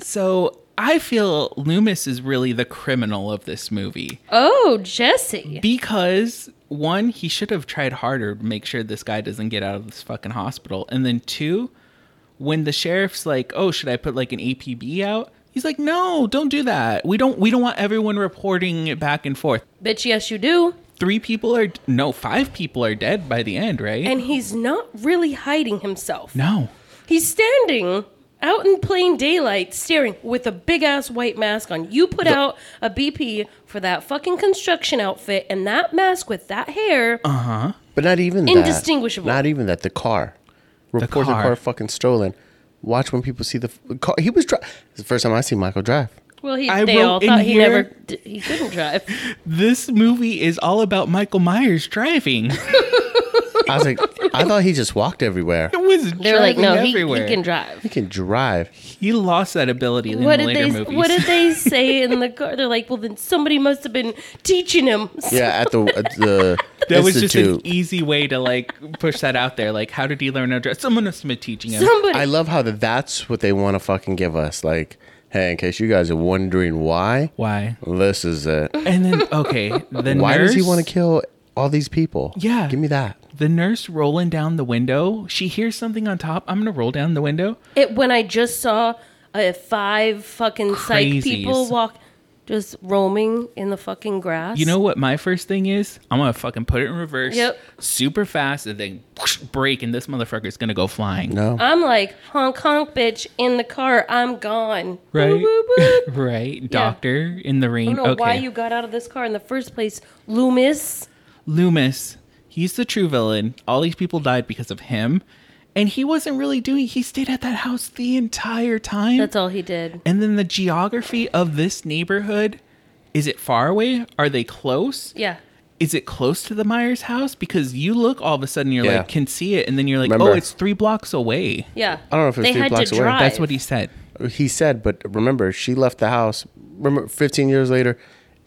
[SPEAKER 2] so I feel Loomis is really the criminal of this movie
[SPEAKER 3] Oh, Jesse.
[SPEAKER 2] because one, he should have tried harder to make sure this guy doesn't get out of this fucking hospital. And then two, when the sheriff's like, "Oh, should I put like an APB out?" He's like, "No, don't do that. We don't we don't want everyone reporting it back and forth."
[SPEAKER 3] Bitch, yes, you do.
[SPEAKER 2] three people are no five people are dead by the end right
[SPEAKER 3] And he's not really hiding himself.
[SPEAKER 2] no
[SPEAKER 3] He's standing out in plain daylight, staring with a big ass white mask on. You put out a BP for that fucking construction outfit and that mask with that hair.
[SPEAKER 2] Uh,
[SPEAKER 1] But not even that.
[SPEAKER 3] Indistinguishable.
[SPEAKER 1] Not even that. The car. Report the car.
[SPEAKER 2] car.
[SPEAKER 1] fucking stolen. Watch when people see the f- car. He was driving. It's the first time I see Michael drive.
[SPEAKER 3] Well, he,
[SPEAKER 2] I
[SPEAKER 3] they all
[SPEAKER 2] wrote in
[SPEAKER 3] thought he
[SPEAKER 2] here-
[SPEAKER 3] never d- he couldn't
[SPEAKER 2] (laughs)
[SPEAKER 3] drive.
[SPEAKER 2] This movie is all about Michael Myers driving. (laughs)
[SPEAKER 1] I was like, I thought he just walked everywhere.
[SPEAKER 2] It was
[SPEAKER 3] They're like,
[SPEAKER 2] driving
[SPEAKER 3] no, he, he
[SPEAKER 2] everywhere.
[SPEAKER 3] can drive.
[SPEAKER 1] He can drive.
[SPEAKER 2] He lost that ability in the
[SPEAKER 3] What did
[SPEAKER 2] later
[SPEAKER 3] they
[SPEAKER 2] movies.
[SPEAKER 3] What did they say in the car? They're like, well, then somebody must have been teaching him.
[SPEAKER 1] Yeah, at the at the
[SPEAKER 2] (laughs) (laughs) that was just an e-
[SPEAKER 1] institute.
[SPEAKER 2] easy way to like push that out there. Like, how did he learn how to drive? Someone must have been teaching him.
[SPEAKER 3] Somebody.
[SPEAKER 1] I love how that that's what they want to fucking give us. Like, hey, in case you guys are wondering why,
[SPEAKER 2] Why?
[SPEAKER 1] this is it.
[SPEAKER 2] And then okay, (laughs) the
[SPEAKER 1] Why does
[SPEAKER 2] nurse,
[SPEAKER 1] he want to kill all these people?
[SPEAKER 2] Yeah.
[SPEAKER 1] give me that.
[SPEAKER 2] the nurse rolling down the window. She hears something on top. I'm gonna roll down the window.
[SPEAKER 3] it when I just saw uh, five fucking
[SPEAKER 2] Crazies.
[SPEAKER 3] psych people walk, just roaming in the fucking grass.
[SPEAKER 2] You know what my first thing is? I'm gonna fucking put it in reverse,
[SPEAKER 3] Yep.
[SPEAKER 2] super fast, and then whoosh, break, and this motherfucker's gonna go flying.
[SPEAKER 1] No,
[SPEAKER 3] I'm like honk honk, bitch, in the car. I'm gone.
[SPEAKER 2] Right,
[SPEAKER 3] Boop, boop,
[SPEAKER 2] (laughs)
[SPEAKER 3] boop.
[SPEAKER 2] right. Doctor in the
[SPEAKER 3] I
[SPEAKER 2] (laughs) rain.
[SPEAKER 3] don't know
[SPEAKER 2] okay,
[SPEAKER 3] why you got out of this car in the first place, Loomis.
[SPEAKER 2] Loomis. He's the true villain. All these people died because of him, and he wasn't really doing. He stayed at that house the entire time.
[SPEAKER 3] That's all he did.
[SPEAKER 2] And then the geography of this neighborhood is it far away? Are they close?
[SPEAKER 3] Yeah.
[SPEAKER 2] Is it close to the Myers house? Because you look all of a sudden, you're
[SPEAKER 1] Yeah.
[SPEAKER 2] like, can see it. And then you're like, oh,
[SPEAKER 1] Remember-
[SPEAKER 2] it's three blocks away.
[SPEAKER 3] Yeah.
[SPEAKER 1] I don't know if it was
[SPEAKER 3] they
[SPEAKER 1] three
[SPEAKER 3] had
[SPEAKER 1] blocks
[SPEAKER 3] to
[SPEAKER 1] away.
[SPEAKER 3] drive.
[SPEAKER 2] That's what he said.
[SPEAKER 1] he said, but remember, she left the house. Remember, 15 years later,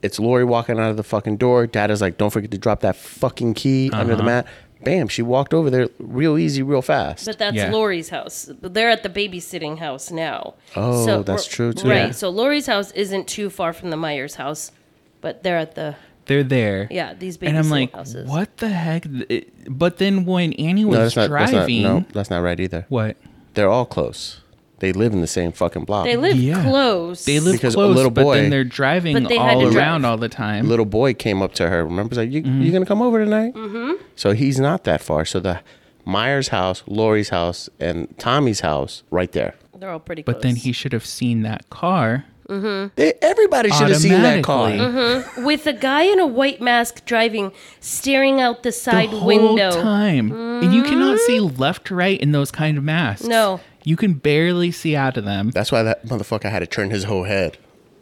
[SPEAKER 1] it's Lori walking out of the fucking door. Dad is like, don't forget to drop that fucking key under the
[SPEAKER 2] Uh-huh.
[SPEAKER 1] mat. Bam, she walked over there real easy, real fast.
[SPEAKER 3] But that's
[SPEAKER 2] Yeah.
[SPEAKER 3] Lori's house. But They're at the babysitting house now.
[SPEAKER 1] Oh, that's true, too.
[SPEAKER 2] Yeah.
[SPEAKER 3] Right. So Lori's house isn't too far from the Myers house, but they're at the
[SPEAKER 2] They're there.
[SPEAKER 3] yeah these babysitting
[SPEAKER 2] And I'm like,
[SPEAKER 3] houses.
[SPEAKER 2] what the heck? It- But then when Annie
[SPEAKER 1] no,
[SPEAKER 2] was
[SPEAKER 1] that's not, that's not,
[SPEAKER 2] driving,
[SPEAKER 1] no, that's not right either.
[SPEAKER 2] what?
[SPEAKER 1] They're all close. They live in the same fucking block.
[SPEAKER 3] They live
[SPEAKER 2] Oh, Yeah.
[SPEAKER 3] close.
[SPEAKER 2] They live
[SPEAKER 1] Because a
[SPEAKER 2] close,
[SPEAKER 1] little
[SPEAKER 2] but then
[SPEAKER 1] boy-
[SPEAKER 2] they're driving
[SPEAKER 3] But they had
[SPEAKER 2] all
[SPEAKER 3] to drive.
[SPEAKER 2] around all the time.
[SPEAKER 1] Little boy came up to her. Remember, he's like, you, you going to come over tonight? Mm-hmm. So he's not that far. So the Myers house, Lori's house, and Tommy's house right there.
[SPEAKER 3] They're all pretty close.
[SPEAKER 2] but then he should have seen that car.
[SPEAKER 1] They, everybody should have seen that car.
[SPEAKER 2] Automatically.
[SPEAKER 3] with a guy in a white mask driving, staring out the
[SPEAKER 2] the
[SPEAKER 3] side
[SPEAKER 2] whole
[SPEAKER 3] window. Mm-hmm.
[SPEAKER 2] time, and you cannot see left to right in those kind of masks.
[SPEAKER 3] No.
[SPEAKER 2] you can barely see out of them, (laughs)
[SPEAKER 1] That's why that motherfucker had to turn his whole head.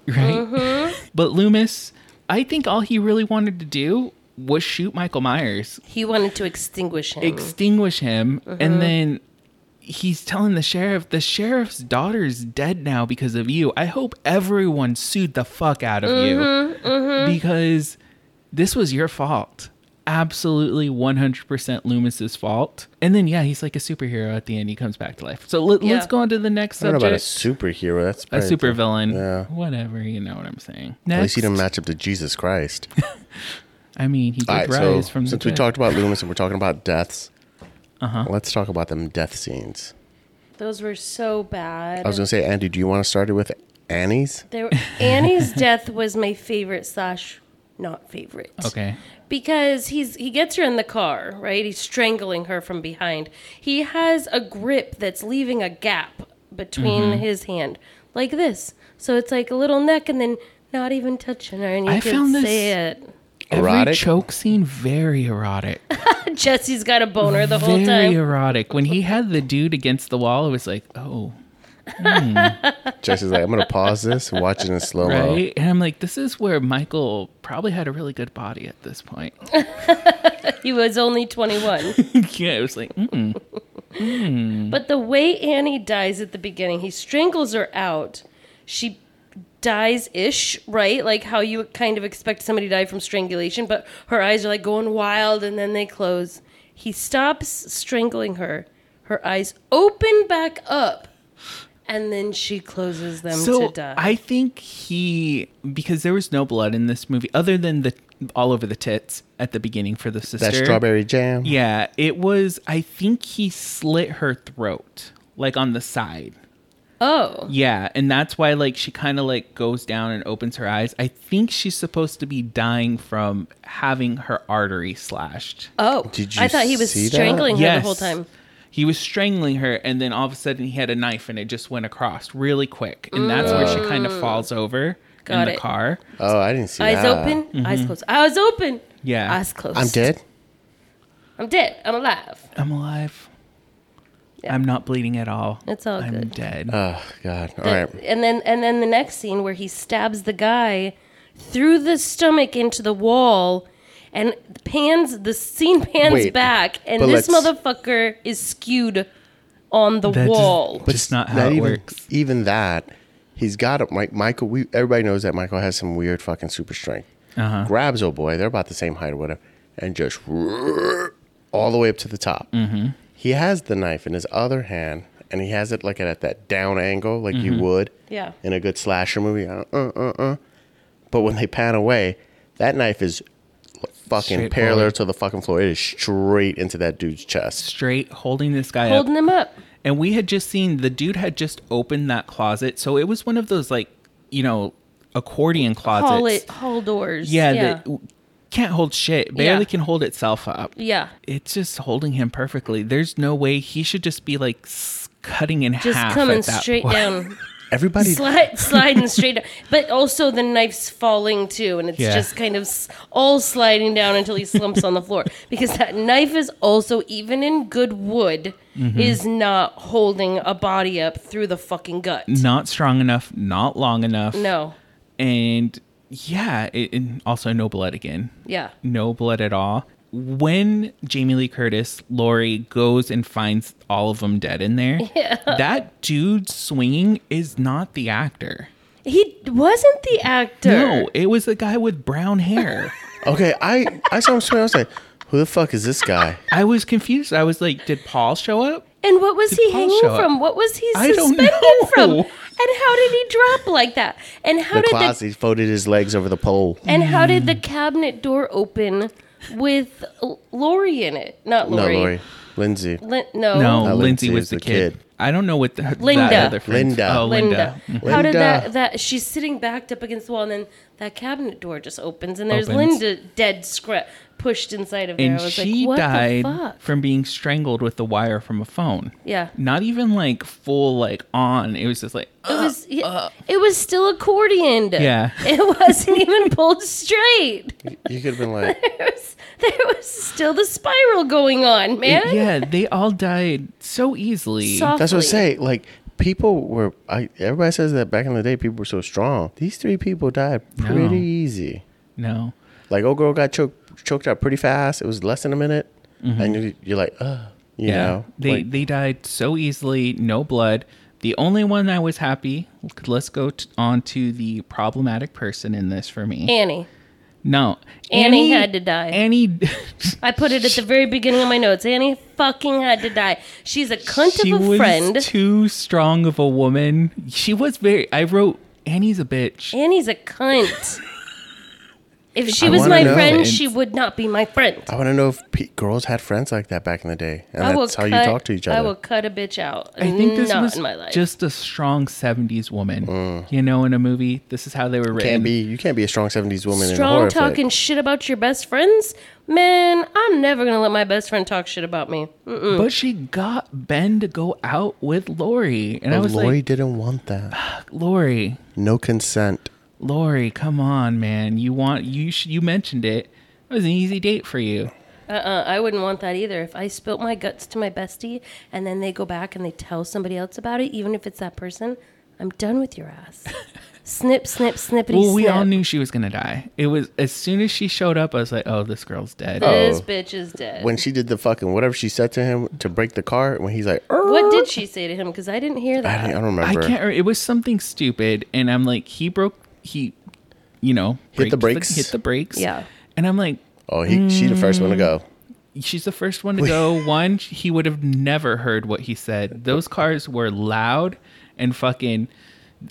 [SPEAKER 2] right?
[SPEAKER 3] Mm-hmm.
[SPEAKER 2] But Loomis, I think all he really wanted to do was shoot Michael Myers,
[SPEAKER 3] He wanted to extinguish him.
[SPEAKER 2] extinguish him, and then he's telling the sheriff, "The sheriff's daughter's dead now because of you. I hope everyone sued the fuck out of you because this was your fault." Absolutely 100% Loomis's fault. And then, yeah, he's like a superhero at the end. He comes back to life. So let,
[SPEAKER 3] Yeah.
[SPEAKER 2] let's go on to the next
[SPEAKER 1] I don't know
[SPEAKER 2] subject.
[SPEAKER 1] about a superhero. That's
[SPEAKER 2] a
[SPEAKER 1] pretty-
[SPEAKER 2] supervillain.
[SPEAKER 1] Yeah.
[SPEAKER 2] Whatever. You know what I'm saying.
[SPEAKER 1] At least
[SPEAKER 2] Next.
[SPEAKER 1] he didn't match up to Jesus
[SPEAKER 2] (laughs)
[SPEAKER 1] Christ.
[SPEAKER 2] I mean, he did
[SPEAKER 1] All right, so
[SPEAKER 2] rise from the
[SPEAKER 1] since we
[SPEAKER 2] dead.
[SPEAKER 1] talked about Loomis and we're talking about deaths, uh-huh. let's talk about them death scenes.
[SPEAKER 3] Those were so bad.
[SPEAKER 1] I was going to say, Andy, do you want to start it with Annie's?
[SPEAKER 2] (laughs)
[SPEAKER 3] They were- Annie's death was my favorite slash not favorite.
[SPEAKER 2] Okay.
[SPEAKER 3] because he's he gets her in the car, right? He's strangling her from behind. He has a grip that's leaving a gap between
[SPEAKER 2] Mm-hmm.
[SPEAKER 3] his hand, like this. So it's like a little neck, and then not even touching her, and you
[SPEAKER 2] I
[SPEAKER 3] can
[SPEAKER 2] found this-
[SPEAKER 3] see it. (laughs)
[SPEAKER 2] Every
[SPEAKER 1] Erotic?
[SPEAKER 2] choke scene, very erotic.
[SPEAKER 3] Jesse's got a boner the whole
[SPEAKER 2] very
[SPEAKER 3] time.
[SPEAKER 2] erotic. When he had the dude against the wall, it was like, oh,
[SPEAKER 1] Jesse's like, I'm going to pause this and watch it in slow mo.
[SPEAKER 2] right. And I'm like, this is where Michael probably had a really good body at this point. (laughs)
[SPEAKER 3] He was only twenty-one,
[SPEAKER 2] yeah, it was like, mm,
[SPEAKER 3] but the way Annie dies at the beginning, he strangles her out. She dies ish, right? Like how you kind of expect somebody to die from strangulation, but her eyes are like going wild and then they close. He stops strangling her. Her eyes open back up and then she closes them
[SPEAKER 2] so
[SPEAKER 3] to die.
[SPEAKER 2] I think he because there was no blood in this movie other than the all over the tits at the beginning for the sister.
[SPEAKER 1] That strawberry jam.
[SPEAKER 2] Yeah, it was. I think he slit her throat like on the side.
[SPEAKER 3] oh.
[SPEAKER 2] Yeah, and that's why like she kind of like goes down and opens her eyes. I think she's supposed to be dying from having her artery slashed.
[SPEAKER 3] Oh.
[SPEAKER 1] Did you
[SPEAKER 3] I thought he was
[SPEAKER 1] see that?
[SPEAKER 3] strangling her the whole time.
[SPEAKER 2] He was strangling her and then all of a sudden he had a knife and it just went across really quick. And that's where she kind of falls over in
[SPEAKER 3] Mm. Got
[SPEAKER 2] the
[SPEAKER 3] it.
[SPEAKER 2] car.
[SPEAKER 1] Oh, I didn't see
[SPEAKER 3] Eyes
[SPEAKER 1] that.
[SPEAKER 3] open, eyes closed. Eyes open.
[SPEAKER 2] Mm-hmm. Yeah.
[SPEAKER 3] Eyes closed.
[SPEAKER 1] I'm dead?
[SPEAKER 3] I'm dead. I'm alive.
[SPEAKER 2] I'm alive.
[SPEAKER 3] Yeah.
[SPEAKER 2] I'm not bleeding at all.
[SPEAKER 3] It's all
[SPEAKER 2] I'm
[SPEAKER 3] good.
[SPEAKER 2] dead.
[SPEAKER 1] Oh God! All
[SPEAKER 3] The-
[SPEAKER 1] right.
[SPEAKER 3] And then and then the next scene where he stabs the guy through the stomach into the wall and pans the scene pans
[SPEAKER 1] Wait,
[SPEAKER 3] back and
[SPEAKER 1] but
[SPEAKER 3] this
[SPEAKER 1] let's-
[SPEAKER 3] motherfucker is skewed on the
[SPEAKER 2] That's-
[SPEAKER 3] wall.
[SPEAKER 2] but- Just not how it
[SPEAKER 1] even,
[SPEAKER 2] works.
[SPEAKER 1] Even that, he's got it. Mike, Michael. We everybody knows that Michael has some weird fucking super strength.
[SPEAKER 2] Uh-huh.
[SPEAKER 1] Grabs old boy. They're about the same height or whatever, and just (laughs) all the way up to the top. Mm-hmm. He has the knife in his other hand, and he has it like at that down angle, like
[SPEAKER 2] Mm-hmm.
[SPEAKER 1] you would
[SPEAKER 3] Yeah.
[SPEAKER 1] in a good slasher movie. Uh, uh, uh, uh. But when they pan away, that knife is fucking
[SPEAKER 2] Straight
[SPEAKER 1] parallel
[SPEAKER 2] forward.
[SPEAKER 1] to the fucking floor. It is straight into that dude's chest.
[SPEAKER 2] Straight holding this guy up.
[SPEAKER 3] Holding him up.
[SPEAKER 2] and we had just seen the dude had just opened that closet so it was one of those like you know accordion closets
[SPEAKER 3] Hall it hall doors.
[SPEAKER 2] yeah,
[SPEAKER 3] Yeah.
[SPEAKER 2] That can't hold shit barely
[SPEAKER 3] Yeah.
[SPEAKER 2] can hold itself up
[SPEAKER 3] yeah.
[SPEAKER 2] it's just holding him perfectly there's no way he should just be like s- cutting in
[SPEAKER 3] Just
[SPEAKER 2] half
[SPEAKER 3] coming
[SPEAKER 2] at that
[SPEAKER 3] straight
[SPEAKER 2] point. (laughs)
[SPEAKER 3] down.
[SPEAKER 1] Everybody
[SPEAKER 3] Slide, sliding straight down. But also the knife's falling too, and it's
[SPEAKER 2] Yeah.
[SPEAKER 3] just kind of s- all sliding down until he slumps on
[SPEAKER 2] (laughs)
[SPEAKER 3] the floor. Because that knife is also, even in good wood,
[SPEAKER 2] Mm-hmm.
[SPEAKER 3] is not holding a body up through the fucking gut.
[SPEAKER 2] not strong enough not long enough
[SPEAKER 3] No.
[SPEAKER 2] and yeah it, and also no blood again
[SPEAKER 3] Yeah.
[SPEAKER 2] no blood at all. When Jamie Lee Curtis, Lori goes and finds all of them dead in
[SPEAKER 3] (laughs)
[SPEAKER 2] there, that dude swinging is not the actor.
[SPEAKER 3] He wasn't the actor.
[SPEAKER 2] No, it was the guy with brown
[SPEAKER 3] (laughs)
[SPEAKER 2] hair.
[SPEAKER 1] Okay, I I saw him swing. I was like, who the fuck is this guy?
[SPEAKER 2] I was confused. I was like, did Paul show up?
[SPEAKER 3] And what was
[SPEAKER 2] Did
[SPEAKER 3] he
[SPEAKER 2] Paul
[SPEAKER 3] hanging
[SPEAKER 2] show up?
[SPEAKER 3] from? What was he
[SPEAKER 2] I don't
[SPEAKER 3] suspended from?
[SPEAKER 2] know.
[SPEAKER 3] And how did he drop like that? And how
[SPEAKER 1] The
[SPEAKER 3] did
[SPEAKER 1] closet he folded his legs over the pole.
[SPEAKER 3] And how did
[SPEAKER 2] Mm.
[SPEAKER 3] the cabinet door open with L- Lori in it? Not
[SPEAKER 1] No,
[SPEAKER 3] Lori.
[SPEAKER 1] Lori, Lindsay.
[SPEAKER 3] Lin- no.
[SPEAKER 2] No,
[SPEAKER 1] Uh,
[SPEAKER 2] Lindsay was the, kid. I don't know what the,
[SPEAKER 3] Oh. Linda.
[SPEAKER 2] that other friend's-
[SPEAKER 1] Linda.
[SPEAKER 2] Oh, Linda.
[SPEAKER 3] Linda. How did
[SPEAKER 1] Linda.
[SPEAKER 3] that, that? She's sitting backed up against the wall, and then that cabinet door just opens, and there's
[SPEAKER 2] Opens.
[SPEAKER 3] Linda dead, scra- pushed inside of there.
[SPEAKER 2] And
[SPEAKER 3] I was
[SPEAKER 2] she
[SPEAKER 3] like, what the
[SPEAKER 2] died
[SPEAKER 3] fuck?
[SPEAKER 2] from being strangled with the wire from a phone.
[SPEAKER 3] Yeah.
[SPEAKER 2] Not even like full like on. It was just like
[SPEAKER 3] It was yeah, it was still accordioned.
[SPEAKER 2] Yeah.
[SPEAKER 3] (laughs) it wasn't even pulled straight. (laughs)
[SPEAKER 1] You could have been like,
[SPEAKER 3] There was, there was still the spiral going on, man.
[SPEAKER 2] It- yeah, they all died so easily.
[SPEAKER 3] Softly.
[SPEAKER 1] that's what I say. Like people were. I everybody says that back in the day, people were so strong. These three people died pretty
[SPEAKER 2] No.
[SPEAKER 1] easy.
[SPEAKER 2] no.
[SPEAKER 1] Like old girl got choked choked out pretty fast. It was less than a minute, and you, you're like, uh, you
[SPEAKER 2] Mm-hmm. Yeah.
[SPEAKER 1] know,
[SPEAKER 2] they
[SPEAKER 1] like,
[SPEAKER 2] they died so easily, no blood. The only one that was happy, let's go t- on to the problematic person in this for me.
[SPEAKER 3] Annie.
[SPEAKER 2] no.
[SPEAKER 3] Annie had to die.
[SPEAKER 2] Annie (laughs)
[SPEAKER 3] I put it at the very beginning of my notes. Annie fucking had to die. She's a cunt
[SPEAKER 2] she
[SPEAKER 3] of a
[SPEAKER 2] was
[SPEAKER 3] friend.
[SPEAKER 2] too strong of a woman. She was very I wrote Annie's a bitch.
[SPEAKER 3] Annie's
[SPEAKER 1] (laughs)
[SPEAKER 3] a cunt. if she
[SPEAKER 1] I
[SPEAKER 3] was
[SPEAKER 1] wanna
[SPEAKER 3] my
[SPEAKER 1] know.
[SPEAKER 3] friend,
[SPEAKER 2] It's-
[SPEAKER 3] she would not be my friend.
[SPEAKER 1] I want to know if pe- girls had friends like that back in the day, and
[SPEAKER 3] I will
[SPEAKER 1] that's how
[SPEAKER 3] cut-
[SPEAKER 1] you talk to each
[SPEAKER 3] I
[SPEAKER 1] other.
[SPEAKER 3] will cut a bitch out.
[SPEAKER 2] I think this
[SPEAKER 3] not
[SPEAKER 2] was
[SPEAKER 3] in my life.
[SPEAKER 2] just a strong 70s woman. You know, in a movie, this is how they were written.
[SPEAKER 1] Mm. Can't be. You can't be a strong '70s woman in a
[SPEAKER 3] strong
[SPEAKER 1] horror flick.
[SPEAKER 3] talking shit about your best friends. Man, I'm never gonna let my best friend talk shit about me. Mm-mm.
[SPEAKER 2] But she got Ben to go out with Lori. And I
[SPEAKER 1] But
[SPEAKER 2] was
[SPEAKER 1] Oh, Lori
[SPEAKER 2] like,
[SPEAKER 1] didn't want that.
[SPEAKER 2] Lori,
[SPEAKER 1] No consent.
[SPEAKER 2] Lori, come on, man. You want, you sh- you mentioned it. It was an easy date for you.
[SPEAKER 3] Uh-uh, I wouldn't want that either. If I spilt my guts to my bestie and then they go back and they tell somebody else about it, even if it's that person, I'm done with your
[SPEAKER 1] (laughs)
[SPEAKER 3] ass. snip, snip, snippity
[SPEAKER 2] Well, we
[SPEAKER 3] snip.
[SPEAKER 2] all knew she was going to die. It was, as soon as she showed up, I was like, oh, this girl's dead.
[SPEAKER 3] This
[SPEAKER 1] Oh.
[SPEAKER 3] bitch is dead.
[SPEAKER 1] when she did the fucking whatever she said to him to break the car, when he's like, "Er,"
[SPEAKER 3] what did she say to him? Because I didn't hear
[SPEAKER 1] I,
[SPEAKER 3] that.
[SPEAKER 1] don't- I don't remember.
[SPEAKER 2] I can't, re- it was something stupid. And I'm like, he broke, he, you know,
[SPEAKER 1] Hit the
[SPEAKER 2] braked
[SPEAKER 1] brakes.
[SPEAKER 2] hit the brakes.
[SPEAKER 3] Yeah.
[SPEAKER 2] And I'm like,
[SPEAKER 1] oh, he, she the first one to go.
[SPEAKER 2] Mm. She's the first one to go. One, he would have never heard what he said. Those cars were loud and fucking.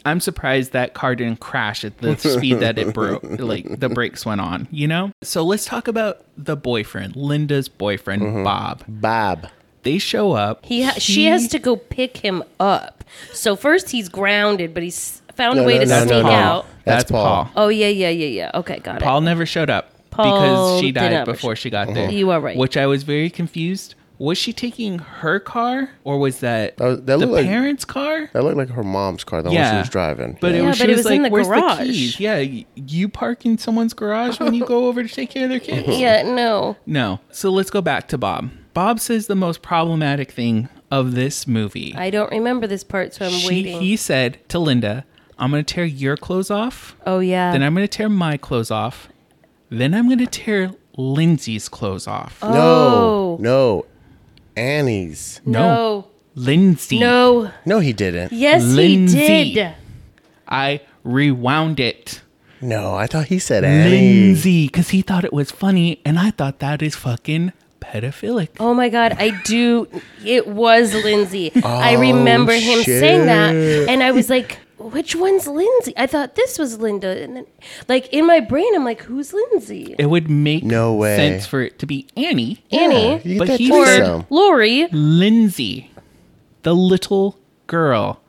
[SPEAKER 2] I'm surprised that car didn't crash at the speed that
[SPEAKER 1] (laughs)
[SPEAKER 2] it broke. Like the brakes went on, you know? So let's talk about the boyfriend, Linda's boyfriend,
[SPEAKER 1] Mm-hmm.
[SPEAKER 2] Bob.
[SPEAKER 1] Bob.
[SPEAKER 2] They show up.
[SPEAKER 3] He ha- she has to go pick him up. So first he's grounded, but he's found a way to
[SPEAKER 2] no,
[SPEAKER 3] sneak
[SPEAKER 2] no, no.
[SPEAKER 3] out.
[SPEAKER 1] That's,
[SPEAKER 2] That's
[SPEAKER 1] Paul.
[SPEAKER 2] Paul.
[SPEAKER 3] Oh yeah, yeah, yeah, yeah. Okay, got
[SPEAKER 2] Paul never showed up because
[SPEAKER 3] Paul
[SPEAKER 2] she
[SPEAKER 3] did
[SPEAKER 2] died
[SPEAKER 3] not-
[SPEAKER 2] before she
[SPEAKER 1] Mm-hmm.
[SPEAKER 2] got there.
[SPEAKER 3] You are right.
[SPEAKER 2] Which I was very confused. Was she taking her car or was that,
[SPEAKER 1] That was- that
[SPEAKER 2] the
[SPEAKER 1] looked like-
[SPEAKER 2] parents' car?
[SPEAKER 1] That looked like her mom's car, the one she was driving.
[SPEAKER 2] But
[SPEAKER 1] Yeah.
[SPEAKER 2] it
[SPEAKER 3] Yeah,
[SPEAKER 2] was,
[SPEAKER 3] but
[SPEAKER 2] she
[SPEAKER 3] it
[SPEAKER 2] was,
[SPEAKER 3] was in
[SPEAKER 2] like,
[SPEAKER 3] the
[SPEAKER 2] "Where's
[SPEAKER 3] garage."
[SPEAKER 2] the keys? Yeah, y- you park in someone's garage when you go over to take care of their
[SPEAKER 3] (laughs)
[SPEAKER 2] kids.
[SPEAKER 3] it. Yeah, no.
[SPEAKER 2] No. So let's go back to Bob. Bob says the most problematic thing of this movie.
[SPEAKER 3] I don't remember this part, so I'm
[SPEAKER 2] she,
[SPEAKER 3] waiting.
[SPEAKER 2] He said to Linda, I'm going to tear your clothes off.
[SPEAKER 3] oh yeah.
[SPEAKER 2] Then I'm going to tear my clothes off. Then I'm going to tear Lindsay's clothes off.
[SPEAKER 1] No,
[SPEAKER 3] Oh.
[SPEAKER 1] no, Annie's.
[SPEAKER 2] No. Lindsay.
[SPEAKER 3] No. No.
[SPEAKER 1] No, he didn't.
[SPEAKER 3] Yes,
[SPEAKER 2] Lindsay.
[SPEAKER 3] he did.
[SPEAKER 2] I rewound it.
[SPEAKER 1] No, I thought he said Annie.
[SPEAKER 2] Lindsay, because he thought it was funny, and I thought that is fucking pedophilic.
[SPEAKER 3] Oh my God, I do. It was Lindsay. I
[SPEAKER 2] Oh,
[SPEAKER 3] remember him
[SPEAKER 1] shit.
[SPEAKER 3] saying that. And I was like, which one's Lindsay? I thought this was Linda. And then, like, in my brain, I'm like, who's Lindsay?
[SPEAKER 2] It would make
[SPEAKER 1] No way.
[SPEAKER 2] sense for it to be Annie,
[SPEAKER 3] Annie.
[SPEAKER 1] You
[SPEAKER 2] But
[SPEAKER 1] but
[SPEAKER 2] he
[SPEAKER 1] he
[SPEAKER 3] or
[SPEAKER 2] said-
[SPEAKER 1] some.
[SPEAKER 3] Lori.
[SPEAKER 2] Lindsay, the little girl.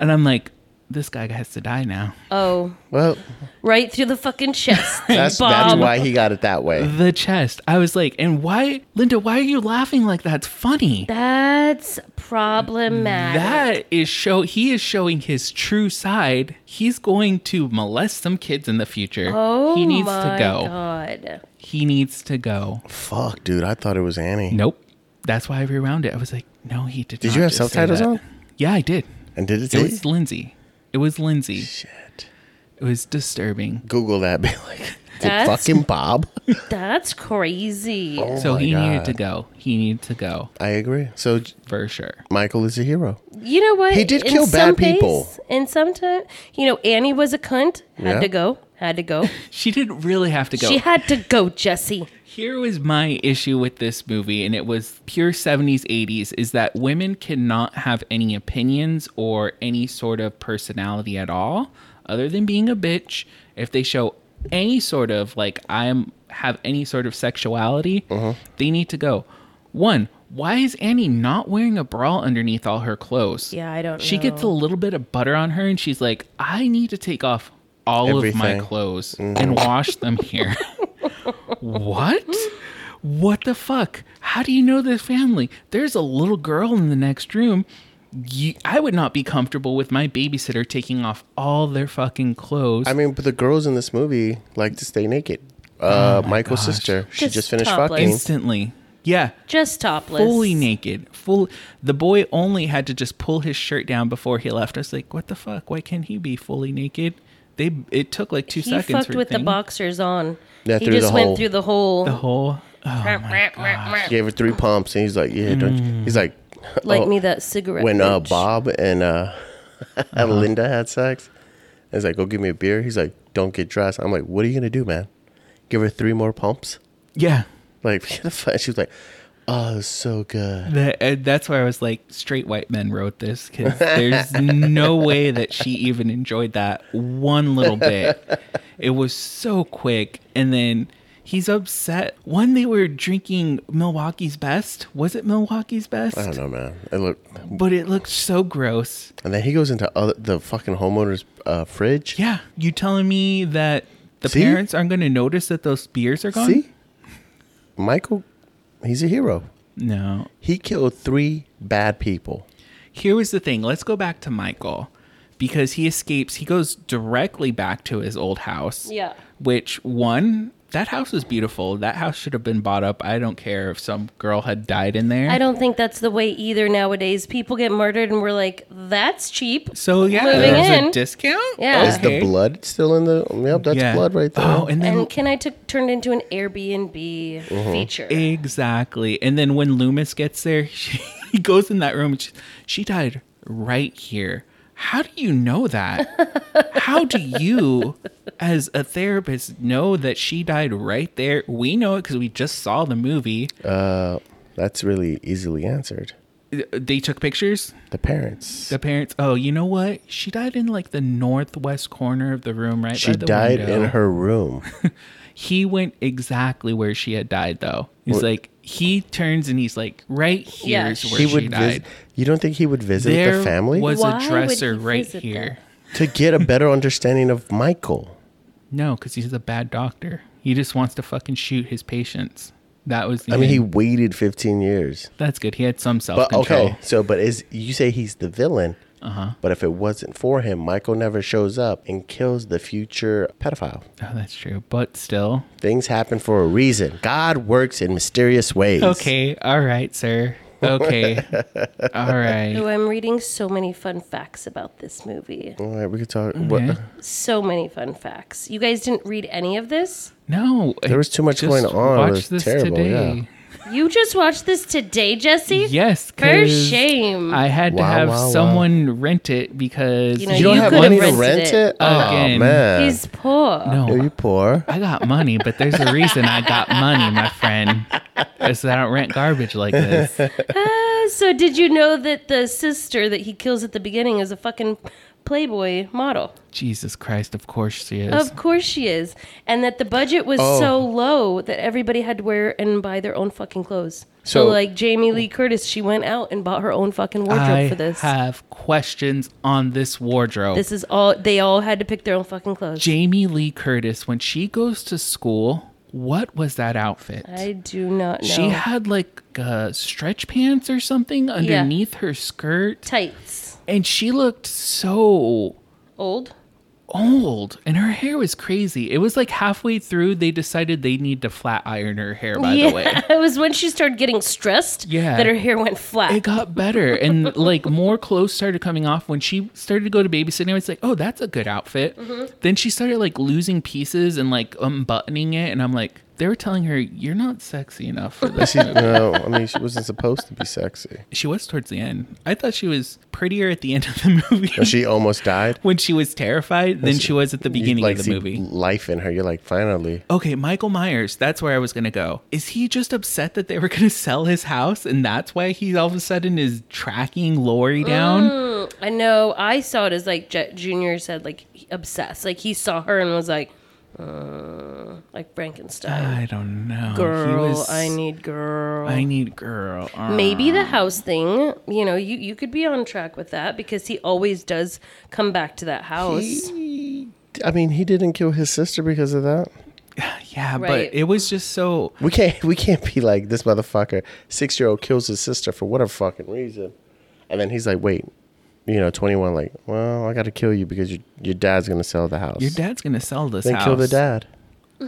[SPEAKER 2] And I'm like, this guy has to die now.
[SPEAKER 3] Oh,
[SPEAKER 1] Well,
[SPEAKER 3] right through the
[SPEAKER 2] (laughs)
[SPEAKER 3] fucking chest.
[SPEAKER 1] that's that's
[SPEAKER 3] Bob.
[SPEAKER 1] why he got it that way.
[SPEAKER 2] The chest. I was like, and why, Linda, why are you laughing like that's funny?
[SPEAKER 3] That's problematic.
[SPEAKER 2] That is show. He is showing his true side. He's going to molest some kids in the future.
[SPEAKER 3] oh
[SPEAKER 2] he needs to
[SPEAKER 3] my
[SPEAKER 2] go.
[SPEAKER 3] God.
[SPEAKER 2] He needs to go.
[SPEAKER 1] Fuck, dude, I thought it was Annie.
[SPEAKER 2] Nope. That's why I rewound it. I was like, no, he did.
[SPEAKER 1] Did
[SPEAKER 2] not
[SPEAKER 1] you have
[SPEAKER 2] just say
[SPEAKER 1] subtitles
[SPEAKER 2] that.
[SPEAKER 1] on?
[SPEAKER 2] Yeah, I did.
[SPEAKER 1] And did it
[SPEAKER 2] It
[SPEAKER 1] tell
[SPEAKER 2] was
[SPEAKER 1] you?
[SPEAKER 2] Lindsay. It was Lindsay.
[SPEAKER 1] Shit.
[SPEAKER 2] It was disturbing.
[SPEAKER 1] Google that. (laughs) Be like, did
[SPEAKER 3] That's-
[SPEAKER 1] fucking Bob.
[SPEAKER 3] That's crazy.
[SPEAKER 1] Oh
[SPEAKER 2] so
[SPEAKER 1] my
[SPEAKER 2] he needed
[SPEAKER 1] God.
[SPEAKER 2] to go. He needed to go
[SPEAKER 1] I agree. So J-
[SPEAKER 2] for sure.
[SPEAKER 1] Michael is a hero.
[SPEAKER 3] You know what?
[SPEAKER 1] He did
[SPEAKER 3] In
[SPEAKER 1] kill bad
[SPEAKER 3] some ways-
[SPEAKER 1] people.
[SPEAKER 3] And sometimes, you know, Annie was a cunt. Had
[SPEAKER 1] Yeah.
[SPEAKER 3] to go. Had
[SPEAKER 2] (laughs)
[SPEAKER 3] to go.
[SPEAKER 2] She didn't really have to go.
[SPEAKER 3] She had to go, Jesse.
[SPEAKER 2] Here was my issue with this movie, and it was pure 70s, 80s, is that women cannot have any opinions or any sort of personality at all, other than being a bitch. If they show any sort of, like, I'm have any sort of sexuality,
[SPEAKER 1] Uh-huh.
[SPEAKER 2] they need to go. One, why is Annie not wearing a bra underneath all her clothes?
[SPEAKER 3] Yeah, I don't
[SPEAKER 2] She gets a
[SPEAKER 3] know.
[SPEAKER 2] little bit of butter on her, and she's like, I need to take off all of my
[SPEAKER 1] Everything. Mm-hmm.
[SPEAKER 2] clothes and wash them here.
[SPEAKER 3] (laughs)
[SPEAKER 2] what? What the fuck? How do you know this family? There's a little girl in the next room. You, I would not be comfortable with my babysitter taking off all their fucking clothes.
[SPEAKER 1] I mean, but the girls in this movie like to stay naked. Uh, Michael's
[SPEAKER 2] gosh.
[SPEAKER 1] sister, she
[SPEAKER 3] Just
[SPEAKER 1] just finished
[SPEAKER 3] topless.
[SPEAKER 1] fucking.
[SPEAKER 2] instantly. Yeah,
[SPEAKER 3] Just topless.
[SPEAKER 2] fully naked. Full. The boy only had to just pull his shirt down before he left. I was like, what the fuck? Why can't he be fully naked? They. It took like two
[SPEAKER 3] He
[SPEAKER 2] seconds.
[SPEAKER 3] fucked
[SPEAKER 2] for
[SPEAKER 3] with the
[SPEAKER 2] thing.
[SPEAKER 3] boxers on.
[SPEAKER 1] Yeah,
[SPEAKER 3] he
[SPEAKER 1] through the
[SPEAKER 3] just went
[SPEAKER 1] hole.
[SPEAKER 3] through the hole.
[SPEAKER 2] The whole. Oh my gosh.
[SPEAKER 1] Gave her three pumps, and he's like, "Yeah, don't." You? He's like,
[SPEAKER 3] Like
[SPEAKER 1] oh,
[SPEAKER 3] me, that cigarette.
[SPEAKER 1] when uh,
[SPEAKER 3] bitch.
[SPEAKER 1] Bob and uh, (laughs) Linda had sex, he's like, "Go give me a beer." He's like, "Don't get dressed." I'm like, "What are you gonna do, man? Give her three more pumps?" (laughs)
[SPEAKER 2] Yeah.
[SPEAKER 1] Like, (laughs) get the fuck. She was like, "Oh, it was so good."
[SPEAKER 2] That, uh, that's why I was like, straight white men wrote this because
[SPEAKER 3] (laughs)
[SPEAKER 2] there's no way that she even enjoyed that one little bit. It was so quick. And then he's upset. When they were drinking Milwaukee's Best, was it Milwaukee's Best?
[SPEAKER 1] I don't know, man. It looked,
[SPEAKER 2] But it looked so gross.
[SPEAKER 1] and then he goes into other, the fucking homeowner's uh, fridge.
[SPEAKER 2] Yeah. You telling me that the
[SPEAKER 1] See?
[SPEAKER 2] parents aren't going to notice that those beers are gone?
[SPEAKER 1] See, Michael, he's a hero.
[SPEAKER 2] No.
[SPEAKER 1] He killed three bad people.
[SPEAKER 2] Here was the thing. Let's go back to Michael because he escapes. He goes directly back to his old house.
[SPEAKER 3] Yeah.
[SPEAKER 2] Which one? That house was beautiful. That house should have been bought up. I don't care if some girl had died in there.
[SPEAKER 3] I don't think that's the way either nowadays. People get murdered and we're like, that's cheap.
[SPEAKER 2] So yeah,
[SPEAKER 3] Moving
[SPEAKER 2] there was a
[SPEAKER 3] in.
[SPEAKER 2] discount.
[SPEAKER 3] Yeah.
[SPEAKER 1] Is the blood still in the? Yep, that's
[SPEAKER 2] Yeah.
[SPEAKER 1] blood right there.
[SPEAKER 2] Oh, and then
[SPEAKER 3] And can I t- turn it into an Airbnb feature?
[SPEAKER 2] exactly. And then when Loomis gets there, (laughs) she, he goes in that room. And she, she died right here. How do you know that? How do you, as a therapist, know that she died right there? We know it because we just saw the movie.
[SPEAKER 1] Uh, That's really easily answered.
[SPEAKER 2] they took pictures.
[SPEAKER 1] The parents.
[SPEAKER 2] The parents. Oh, you know what? She died in like the northwest corner of the room, right?
[SPEAKER 1] she
[SPEAKER 2] by the
[SPEAKER 1] died
[SPEAKER 2] window.
[SPEAKER 1] in her
[SPEAKER 2] (laughs)
[SPEAKER 1] room.
[SPEAKER 2] He went exactly where she had died, though. He's like, he turns and he's like, right
[SPEAKER 3] Yeah,
[SPEAKER 2] here's where
[SPEAKER 1] he
[SPEAKER 2] she
[SPEAKER 1] would.
[SPEAKER 2] died.
[SPEAKER 1] Vis- you don't think he would visit
[SPEAKER 2] there
[SPEAKER 1] the family
[SPEAKER 2] was
[SPEAKER 3] Why
[SPEAKER 2] a
[SPEAKER 3] would he
[SPEAKER 2] dresser right
[SPEAKER 3] visit
[SPEAKER 2] here.
[SPEAKER 1] to get a better understanding of Michael?
[SPEAKER 2] No, because he's a bad doctor. He just wants to fucking shoot his patients. That was. The
[SPEAKER 1] I mean, he
[SPEAKER 2] end.
[SPEAKER 1] waited 15 years.
[SPEAKER 2] That's good. He had some self
[SPEAKER 1] But
[SPEAKER 2] control. Uh-huh.
[SPEAKER 1] okay, so but is you say he's the villain? But if it wasn't for him, Michael never shows up and kills the future pedophile.
[SPEAKER 2] Oh, that's true. But still.
[SPEAKER 1] Things happen for a reason. God works in mysterious ways.
[SPEAKER 2] Okay. All right, sir.
[SPEAKER 1] (laughs)
[SPEAKER 2] Okay. All
[SPEAKER 3] So
[SPEAKER 2] right.
[SPEAKER 3] I'm reading so many fun facts about this movie.
[SPEAKER 1] All right, we could talk.
[SPEAKER 2] Okay.
[SPEAKER 1] What,
[SPEAKER 3] So many fun facts. You guys didn't read any of this?
[SPEAKER 2] No.
[SPEAKER 1] there was too much
[SPEAKER 2] just
[SPEAKER 1] going on. It was
[SPEAKER 2] Watch this
[SPEAKER 1] terrible.
[SPEAKER 2] today.
[SPEAKER 3] You just watched this today, Jesse?
[SPEAKER 2] Yes.
[SPEAKER 3] For
[SPEAKER 2] 'cause
[SPEAKER 3] shame.
[SPEAKER 2] I had to
[SPEAKER 1] Wow,
[SPEAKER 2] have
[SPEAKER 1] wow, wow.
[SPEAKER 2] someone rent it because
[SPEAKER 3] You
[SPEAKER 1] Yeah.
[SPEAKER 3] know,
[SPEAKER 1] You don't have
[SPEAKER 3] could've
[SPEAKER 1] money to
[SPEAKER 3] rented
[SPEAKER 1] rent it?
[SPEAKER 3] it.
[SPEAKER 1] Oh
[SPEAKER 2] Again.
[SPEAKER 1] man,
[SPEAKER 3] He's poor.
[SPEAKER 2] no.
[SPEAKER 1] are you poor?
[SPEAKER 2] I got money, but there's a reason I got money, my friend. Is that I don't rent garbage like this.
[SPEAKER 3] Ah, so did you know that the sister that he kills at the beginning is a fucking Playboy model?
[SPEAKER 2] Jesus Christ, of course she is.
[SPEAKER 3] Of course she is. And that the budget was
[SPEAKER 1] Oh.
[SPEAKER 3] so low that everybody had to wear and buy their own fucking clothes. So,
[SPEAKER 1] So-
[SPEAKER 3] like Jamie Lee Curtis, she went out and bought her own fucking wardrobe
[SPEAKER 2] I
[SPEAKER 3] for this.
[SPEAKER 2] have questions on this wardrobe.
[SPEAKER 3] This is all they all had to pick their own fucking clothes.
[SPEAKER 2] Jamie Lee Curtis, when she goes to school, what was that outfit?
[SPEAKER 3] I do not know.
[SPEAKER 2] She had like uh, stretch pants or something underneath her skirt,
[SPEAKER 3] tights.
[SPEAKER 2] and she looked so
[SPEAKER 3] Old.
[SPEAKER 2] old, and her hair was crazy. It was like halfway through they decided they need to flat iron her hair. By
[SPEAKER 3] yeah,
[SPEAKER 2] the way,
[SPEAKER 3] (laughs) it was when she started getting stressed
[SPEAKER 2] Yeah.
[SPEAKER 3] that her hair went flat.
[SPEAKER 2] it got better and like more clothes started coming off when she started to go to babysitting i was like oh that's a good outfit
[SPEAKER 3] Mm-hmm.
[SPEAKER 2] then she started like losing pieces and like unbuttoning it and i'm like they were telling her you're not sexy enough for
[SPEAKER 3] (laughs)
[SPEAKER 2] this
[SPEAKER 1] She, no, I mean she wasn't supposed to be sexy.
[SPEAKER 2] she was towards the end i thought she was prettier at the end of the (laughs) movie
[SPEAKER 1] Oh, She almost died.
[SPEAKER 2] when she was terrified than she was at the
[SPEAKER 1] You,
[SPEAKER 2] beginning
[SPEAKER 1] like,
[SPEAKER 2] of the
[SPEAKER 1] see
[SPEAKER 2] movie
[SPEAKER 1] Life in her. You're like, finally.
[SPEAKER 2] Okay, Michael Myers, that's where I was going to go. Is he just upset that they were going to sell his house and that's why he all of a sudden is tracking Lori down?
[SPEAKER 3] I know. I saw it as like Jet Junior said, like obsessed. Like he saw her and was like, uh, like Frankenstein.
[SPEAKER 2] I don't know. Uh, He
[SPEAKER 3] girl,
[SPEAKER 2] was-
[SPEAKER 3] I need girl.
[SPEAKER 2] I need girl. Uh,
[SPEAKER 3] Maybe the house thing. You know, you you could be on track with that because he always does come back to that house.
[SPEAKER 1] He- I mean, he didn't kill his sister because of that.
[SPEAKER 2] yeah,
[SPEAKER 3] Right.
[SPEAKER 2] but it was just so.
[SPEAKER 1] We can't. (laughs) We can't be like this motherfucker. Six year old kills his sister for whatever fucking reason, and then he's like, wait, you know, twenty one. Like, well, I got to kill you because your your dad's gonna sell the house.
[SPEAKER 2] Your dad's gonna sell this
[SPEAKER 1] Then
[SPEAKER 2] house.
[SPEAKER 1] kill the dad.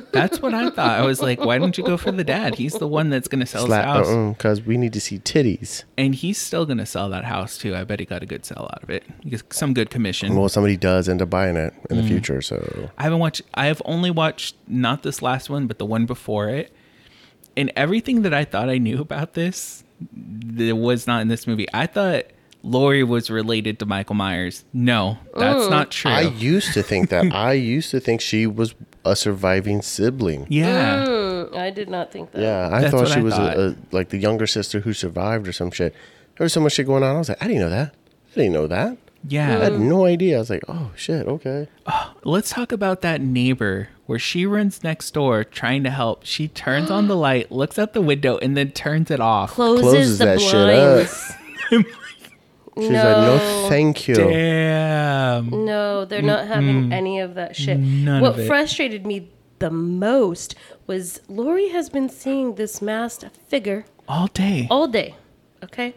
[SPEAKER 2] (laughs) That's what I thought. I was like, why don't you go for the dad? He's the one that's gonna sell
[SPEAKER 1] Slap.
[SPEAKER 2] this house,
[SPEAKER 1] Uh-uh, Cause we need to see titties.
[SPEAKER 2] and he's still gonna sell that house too. I bet he got a good sell out of it. He gets some good commission.
[SPEAKER 1] Well, somebody does end up buying it in
[SPEAKER 2] Mm.
[SPEAKER 1] the future. So
[SPEAKER 2] I haven't watched. I have only watched not this last one, but the one before it. And everything that I thought I knew about this, there was not in this movie. I thought Lori was related to Michael Myers. No, that's not true.
[SPEAKER 1] I used to think
[SPEAKER 2] (laughs)
[SPEAKER 1] that. I used to think she was a surviving sibling.
[SPEAKER 2] yeah.
[SPEAKER 3] Mm, I did not think that.
[SPEAKER 1] Yeah, I
[SPEAKER 2] That's
[SPEAKER 1] thought
[SPEAKER 2] what
[SPEAKER 1] she
[SPEAKER 2] I
[SPEAKER 1] was
[SPEAKER 2] thought.
[SPEAKER 1] A, a, like the younger sister who survived or some shit. There was so much shit going on. I was like, I didn't know that. I didn't know that. I
[SPEAKER 2] Yeah.
[SPEAKER 1] had no idea. I was like, oh shit, okay.
[SPEAKER 2] Let's talk about that neighbor where she runs next door trying to help. She turns
[SPEAKER 3] (gasps)
[SPEAKER 2] on the light, looks out the window, and then turns it off.
[SPEAKER 3] Closes,
[SPEAKER 1] Closes
[SPEAKER 3] the
[SPEAKER 1] that shit
[SPEAKER 3] blinds. (laughs)
[SPEAKER 1] She's
[SPEAKER 3] no,
[SPEAKER 1] like, no, thank you.
[SPEAKER 2] Damn.
[SPEAKER 3] No, they're not having any of that shit.
[SPEAKER 2] None
[SPEAKER 3] what
[SPEAKER 2] of it.
[SPEAKER 3] frustrated me the most was Lori has been seeing this masked figure
[SPEAKER 2] All day.
[SPEAKER 3] all day. Okay?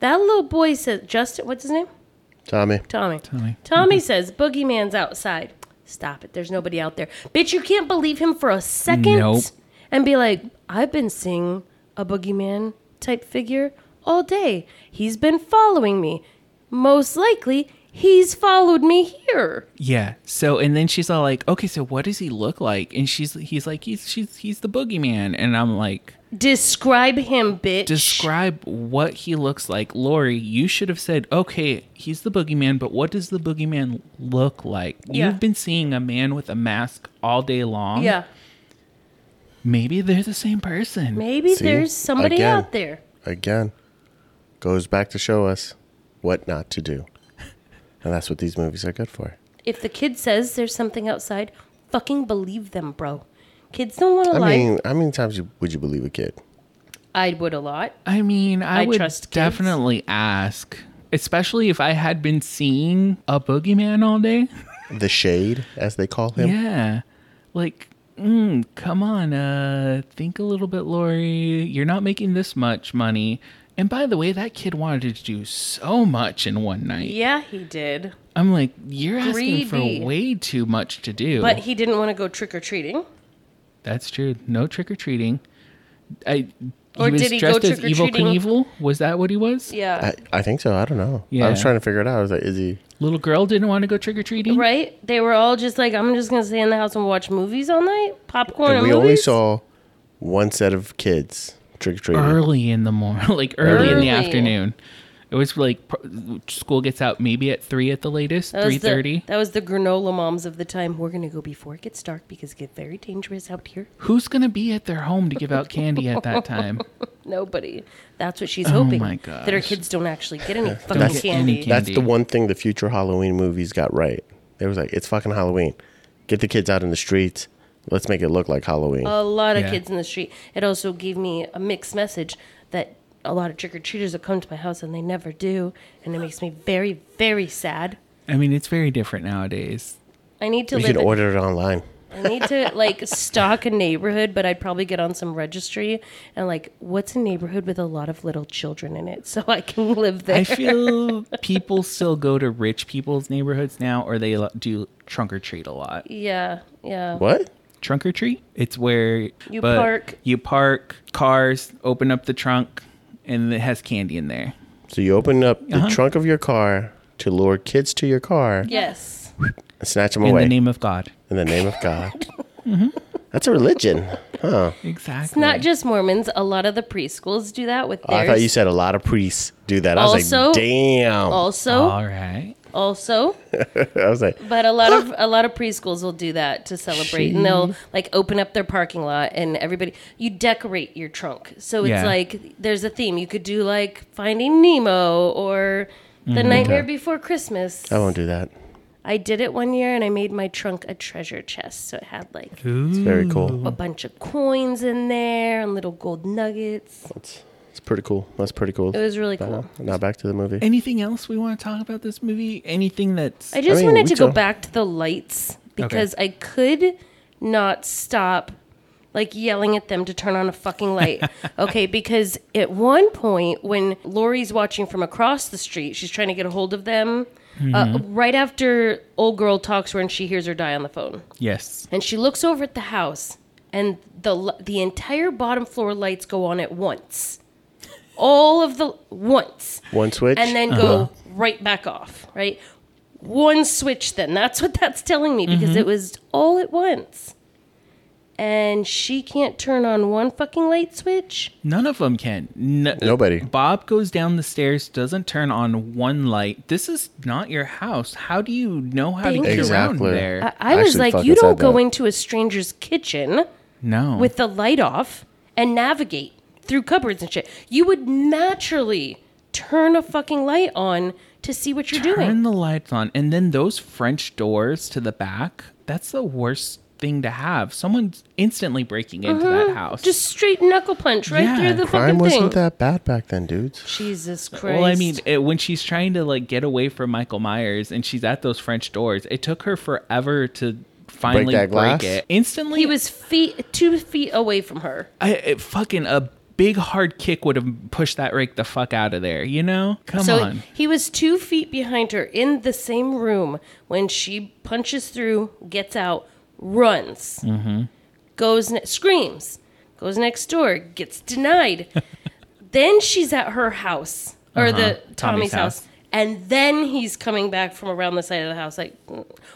[SPEAKER 3] That little boy says, Justin, what's his name?
[SPEAKER 1] Tommy,
[SPEAKER 3] Tommy.
[SPEAKER 2] Tommy.
[SPEAKER 3] Tommy says, Boogeyman's outside. Stop it. There's nobody out there. Bitch, you can't believe him for a second
[SPEAKER 2] Nope.
[SPEAKER 3] and be like, I've been seeing a Boogeyman type figure all day. He's been following me. Most likely, he's followed me here.
[SPEAKER 2] Yeah. So and then she's all like, "Okay, so what does he look like?" And she's he's like, "He's she's he's the boogeyman." And I'm like,
[SPEAKER 3] Describe him, bitch.
[SPEAKER 2] "Describe what he looks like, Lori. You should have said, "Okay, he's the boogeyman, but what does the boogeyman look like?"
[SPEAKER 3] Yeah.
[SPEAKER 2] You've been seeing a man with a mask all day long.
[SPEAKER 3] yeah.
[SPEAKER 2] Maybe they're the same person.
[SPEAKER 3] Maybe
[SPEAKER 1] See?
[SPEAKER 3] there's somebody
[SPEAKER 1] Again.
[SPEAKER 3] out there.
[SPEAKER 1] again, goes back to show us what not to do. And that's what these movies are good for.
[SPEAKER 3] If the kid says there's something outside, fucking believe them, bro. Kids don't want to
[SPEAKER 1] I
[SPEAKER 3] lie.
[SPEAKER 1] mean, how many times you- would you believe a kid?
[SPEAKER 3] I would a lot.
[SPEAKER 2] I mean, I,
[SPEAKER 3] I
[SPEAKER 2] would
[SPEAKER 3] trust kids.
[SPEAKER 2] definitely ask, especially if I had been seeing a boogeyman all day.
[SPEAKER 1] The shade, as they call him.
[SPEAKER 2] Yeah. Like, mm, come on, uh, think a little bit, Lori. You're not making this much money. And by the way, that kid wanted to do so much in one night.
[SPEAKER 3] Yeah, he did.
[SPEAKER 2] I'm like, you're asking
[SPEAKER 3] Greedy.
[SPEAKER 2] for way too much to do.
[SPEAKER 3] But he didn't want to go trick or treating.
[SPEAKER 2] That's true. No trick or treating. I
[SPEAKER 3] Or
[SPEAKER 2] he was
[SPEAKER 3] did he go
[SPEAKER 2] dressed as Evil
[SPEAKER 3] trick-or-treating?
[SPEAKER 2] Knievel? Was that what he was?
[SPEAKER 3] Yeah.
[SPEAKER 1] I, I think so. I don't know. I
[SPEAKER 2] Yeah.
[SPEAKER 1] was trying to figure it out. I was like, is he?
[SPEAKER 2] Little girl didn't want to go trick or treating.
[SPEAKER 3] Right? They were all just like, I'm just gonna stay in the house and watch movies all night, popcorn.
[SPEAKER 1] And
[SPEAKER 3] And
[SPEAKER 1] we
[SPEAKER 3] movies?
[SPEAKER 1] only saw one set of kids trick or treating.
[SPEAKER 2] Early in the morning, (laughs) like early, in
[SPEAKER 3] Early.
[SPEAKER 2] the afternoon. It was like pr- school gets out maybe at three at the latest,
[SPEAKER 3] That was
[SPEAKER 2] three
[SPEAKER 3] the-
[SPEAKER 2] thirty.
[SPEAKER 3] That was the granola moms of the time. We're gonna go before it gets dark because it get very dangerous out here.
[SPEAKER 2] Who's gonna be at their home to give out candy at that
[SPEAKER 3] (laughs)
[SPEAKER 2] time?
[SPEAKER 3] Nobody. That's what she's hoping.
[SPEAKER 2] Oh my
[SPEAKER 3] That her
[SPEAKER 2] gosh.
[SPEAKER 3] kids don't actually get any fucking
[SPEAKER 2] Don't get
[SPEAKER 3] candy.
[SPEAKER 2] any candy.
[SPEAKER 1] That's the one thing the future Halloween movies got right. They was like, it's fucking Halloween. Get the kids out in the streets. Let's make it look like Halloween.
[SPEAKER 3] A lot of
[SPEAKER 2] Yeah.
[SPEAKER 3] kids in the street. It also gave me a mixed message that a lot of trick or treaters will come to my house and they never do, and it makes me very, very sad.
[SPEAKER 2] I mean, it's very different
[SPEAKER 3] (laughs)
[SPEAKER 2] nowadays.
[SPEAKER 3] I need to
[SPEAKER 1] we
[SPEAKER 3] live.
[SPEAKER 1] can
[SPEAKER 3] in-
[SPEAKER 1] order it online.
[SPEAKER 3] I need to like stock a neighborhood, but I'd probably get on some registry and like, what's a neighborhood with a lot of little children in it, so I can (laughs) live there.
[SPEAKER 2] I feel people still go to rich people's neighborhoods now, or they lo- do trunk or treat a lot.
[SPEAKER 3] yeah, yeah.
[SPEAKER 1] What?
[SPEAKER 2] Trunk or treat? It's where
[SPEAKER 3] You
[SPEAKER 2] but
[SPEAKER 3] park.
[SPEAKER 2] You park cars. Open up the trunk, and it has candy in there.
[SPEAKER 1] So you open up the
[SPEAKER 2] Uh-huh.
[SPEAKER 1] trunk of your car to lure kids to your car
[SPEAKER 3] Yes.
[SPEAKER 1] and snatch them
[SPEAKER 2] In
[SPEAKER 1] away
[SPEAKER 2] the name of God.
[SPEAKER 1] in the name of
[SPEAKER 3] (laughs)
[SPEAKER 1] God.
[SPEAKER 3] Mm-hmm.
[SPEAKER 1] That's a religion. Oh, Huh.
[SPEAKER 2] Exactly.
[SPEAKER 3] It's not just Mormons. A lot of the preschools do that with
[SPEAKER 1] Oh, I
[SPEAKER 3] theirs.
[SPEAKER 1] thought you said a lot of priests do that. I was
[SPEAKER 3] Also-
[SPEAKER 1] like, damn.
[SPEAKER 3] also,
[SPEAKER 2] All right.
[SPEAKER 3] also,
[SPEAKER 1] I was like,
[SPEAKER 3] But a lot of a lot of preschools will do that to celebrate, and they'll like open up their parking lot, and everybody you decorate your trunk. So it's
[SPEAKER 2] Yeah.
[SPEAKER 3] like there's a theme. You could do like Finding Nemo or The
[SPEAKER 1] Mm-hmm.
[SPEAKER 3] Nightmare Before Christmas.
[SPEAKER 1] I won't do that.
[SPEAKER 3] I did it one year, and I made my trunk a treasure chest. So it had like
[SPEAKER 1] It's very cool.
[SPEAKER 3] a bunch of coins in there and little gold nuggets.
[SPEAKER 1] It's, it's pretty cool. That's pretty cool.
[SPEAKER 3] It was really
[SPEAKER 1] Uh,
[SPEAKER 3] cool.
[SPEAKER 1] now back to the movie.
[SPEAKER 2] Anything else we want to talk about this movie? Anything that's
[SPEAKER 3] I just
[SPEAKER 1] mean,
[SPEAKER 3] wanted
[SPEAKER 1] we
[SPEAKER 3] to go
[SPEAKER 1] talk-
[SPEAKER 3] back to the lights because I could not stop like yelling at them to turn on a
[SPEAKER 1] (laughs)
[SPEAKER 3] fucking light. okay, because at one point when Lori's watching from across the street, she's trying to get a hold of them. Uh,
[SPEAKER 1] Mm-hmm.
[SPEAKER 3] right after old girl talks to her and she hears her die on the phone,
[SPEAKER 2] yes.
[SPEAKER 3] and she looks over at the house, and the l- the entire bottom floor lights go on at once, all of the once
[SPEAKER 1] One switch.
[SPEAKER 3] and then
[SPEAKER 1] Uh-huh.
[SPEAKER 3] go right back off, right? One switch then. That's what that's telling me because
[SPEAKER 1] Mm-hmm.
[SPEAKER 3] it was all at once. And she can't turn on one fucking light switch.
[SPEAKER 2] None of them can. N-
[SPEAKER 1] Nobody.
[SPEAKER 2] Bob goes down the stairs, doesn't turn on one light. This is not your house. How do you know how to
[SPEAKER 3] Thank
[SPEAKER 2] get
[SPEAKER 3] you. Uh,
[SPEAKER 1] Exactly.
[SPEAKER 2] around there?
[SPEAKER 3] I, I was
[SPEAKER 1] Actually,
[SPEAKER 3] like,
[SPEAKER 1] fuck,
[SPEAKER 3] you
[SPEAKER 1] it's
[SPEAKER 3] don't
[SPEAKER 1] like
[SPEAKER 3] go
[SPEAKER 1] that.
[SPEAKER 3] into a stranger's kitchen
[SPEAKER 2] no.
[SPEAKER 3] with the light off and navigate through cupboards and shit. You would naturally turn a fucking light on to see what you're
[SPEAKER 2] turn
[SPEAKER 3] doing.
[SPEAKER 2] the lights on, and then those French doors to the back. That's the worst thing to have. Someone's instantly breaking into that house.
[SPEAKER 3] Uh-huh. Just straight knuckle punch right
[SPEAKER 2] Yeah.
[SPEAKER 3] through the
[SPEAKER 1] Crime
[SPEAKER 3] fucking
[SPEAKER 1] wasn't
[SPEAKER 3] thing.
[SPEAKER 1] that bad back then, dudes.
[SPEAKER 3] Jesus Christ.
[SPEAKER 2] Well, I mean, it, when she's trying to like get away from Michael Myers and she's at those French doors, it took her forever to finally
[SPEAKER 1] that
[SPEAKER 2] break,
[SPEAKER 1] glass?
[SPEAKER 2] it. Instantly,
[SPEAKER 3] he was feet two feet away from her.
[SPEAKER 2] I, it, fucking a big hard kick would have pushed that rake the fuck out of there. You know, come
[SPEAKER 3] So
[SPEAKER 2] on.
[SPEAKER 3] he was two feet behind her in the same room when she punches through, gets out, runs, goes ne- screams, goes next door, gets denied. then she's at her house or
[SPEAKER 2] Uh-huh.
[SPEAKER 3] the Tommy's,
[SPEAKER 2] Tommy's
[SPEAKER 3] house.
[SPEAKER 2] house.
[SPEAKER 3] And then he's coming back from around the side of the house, like,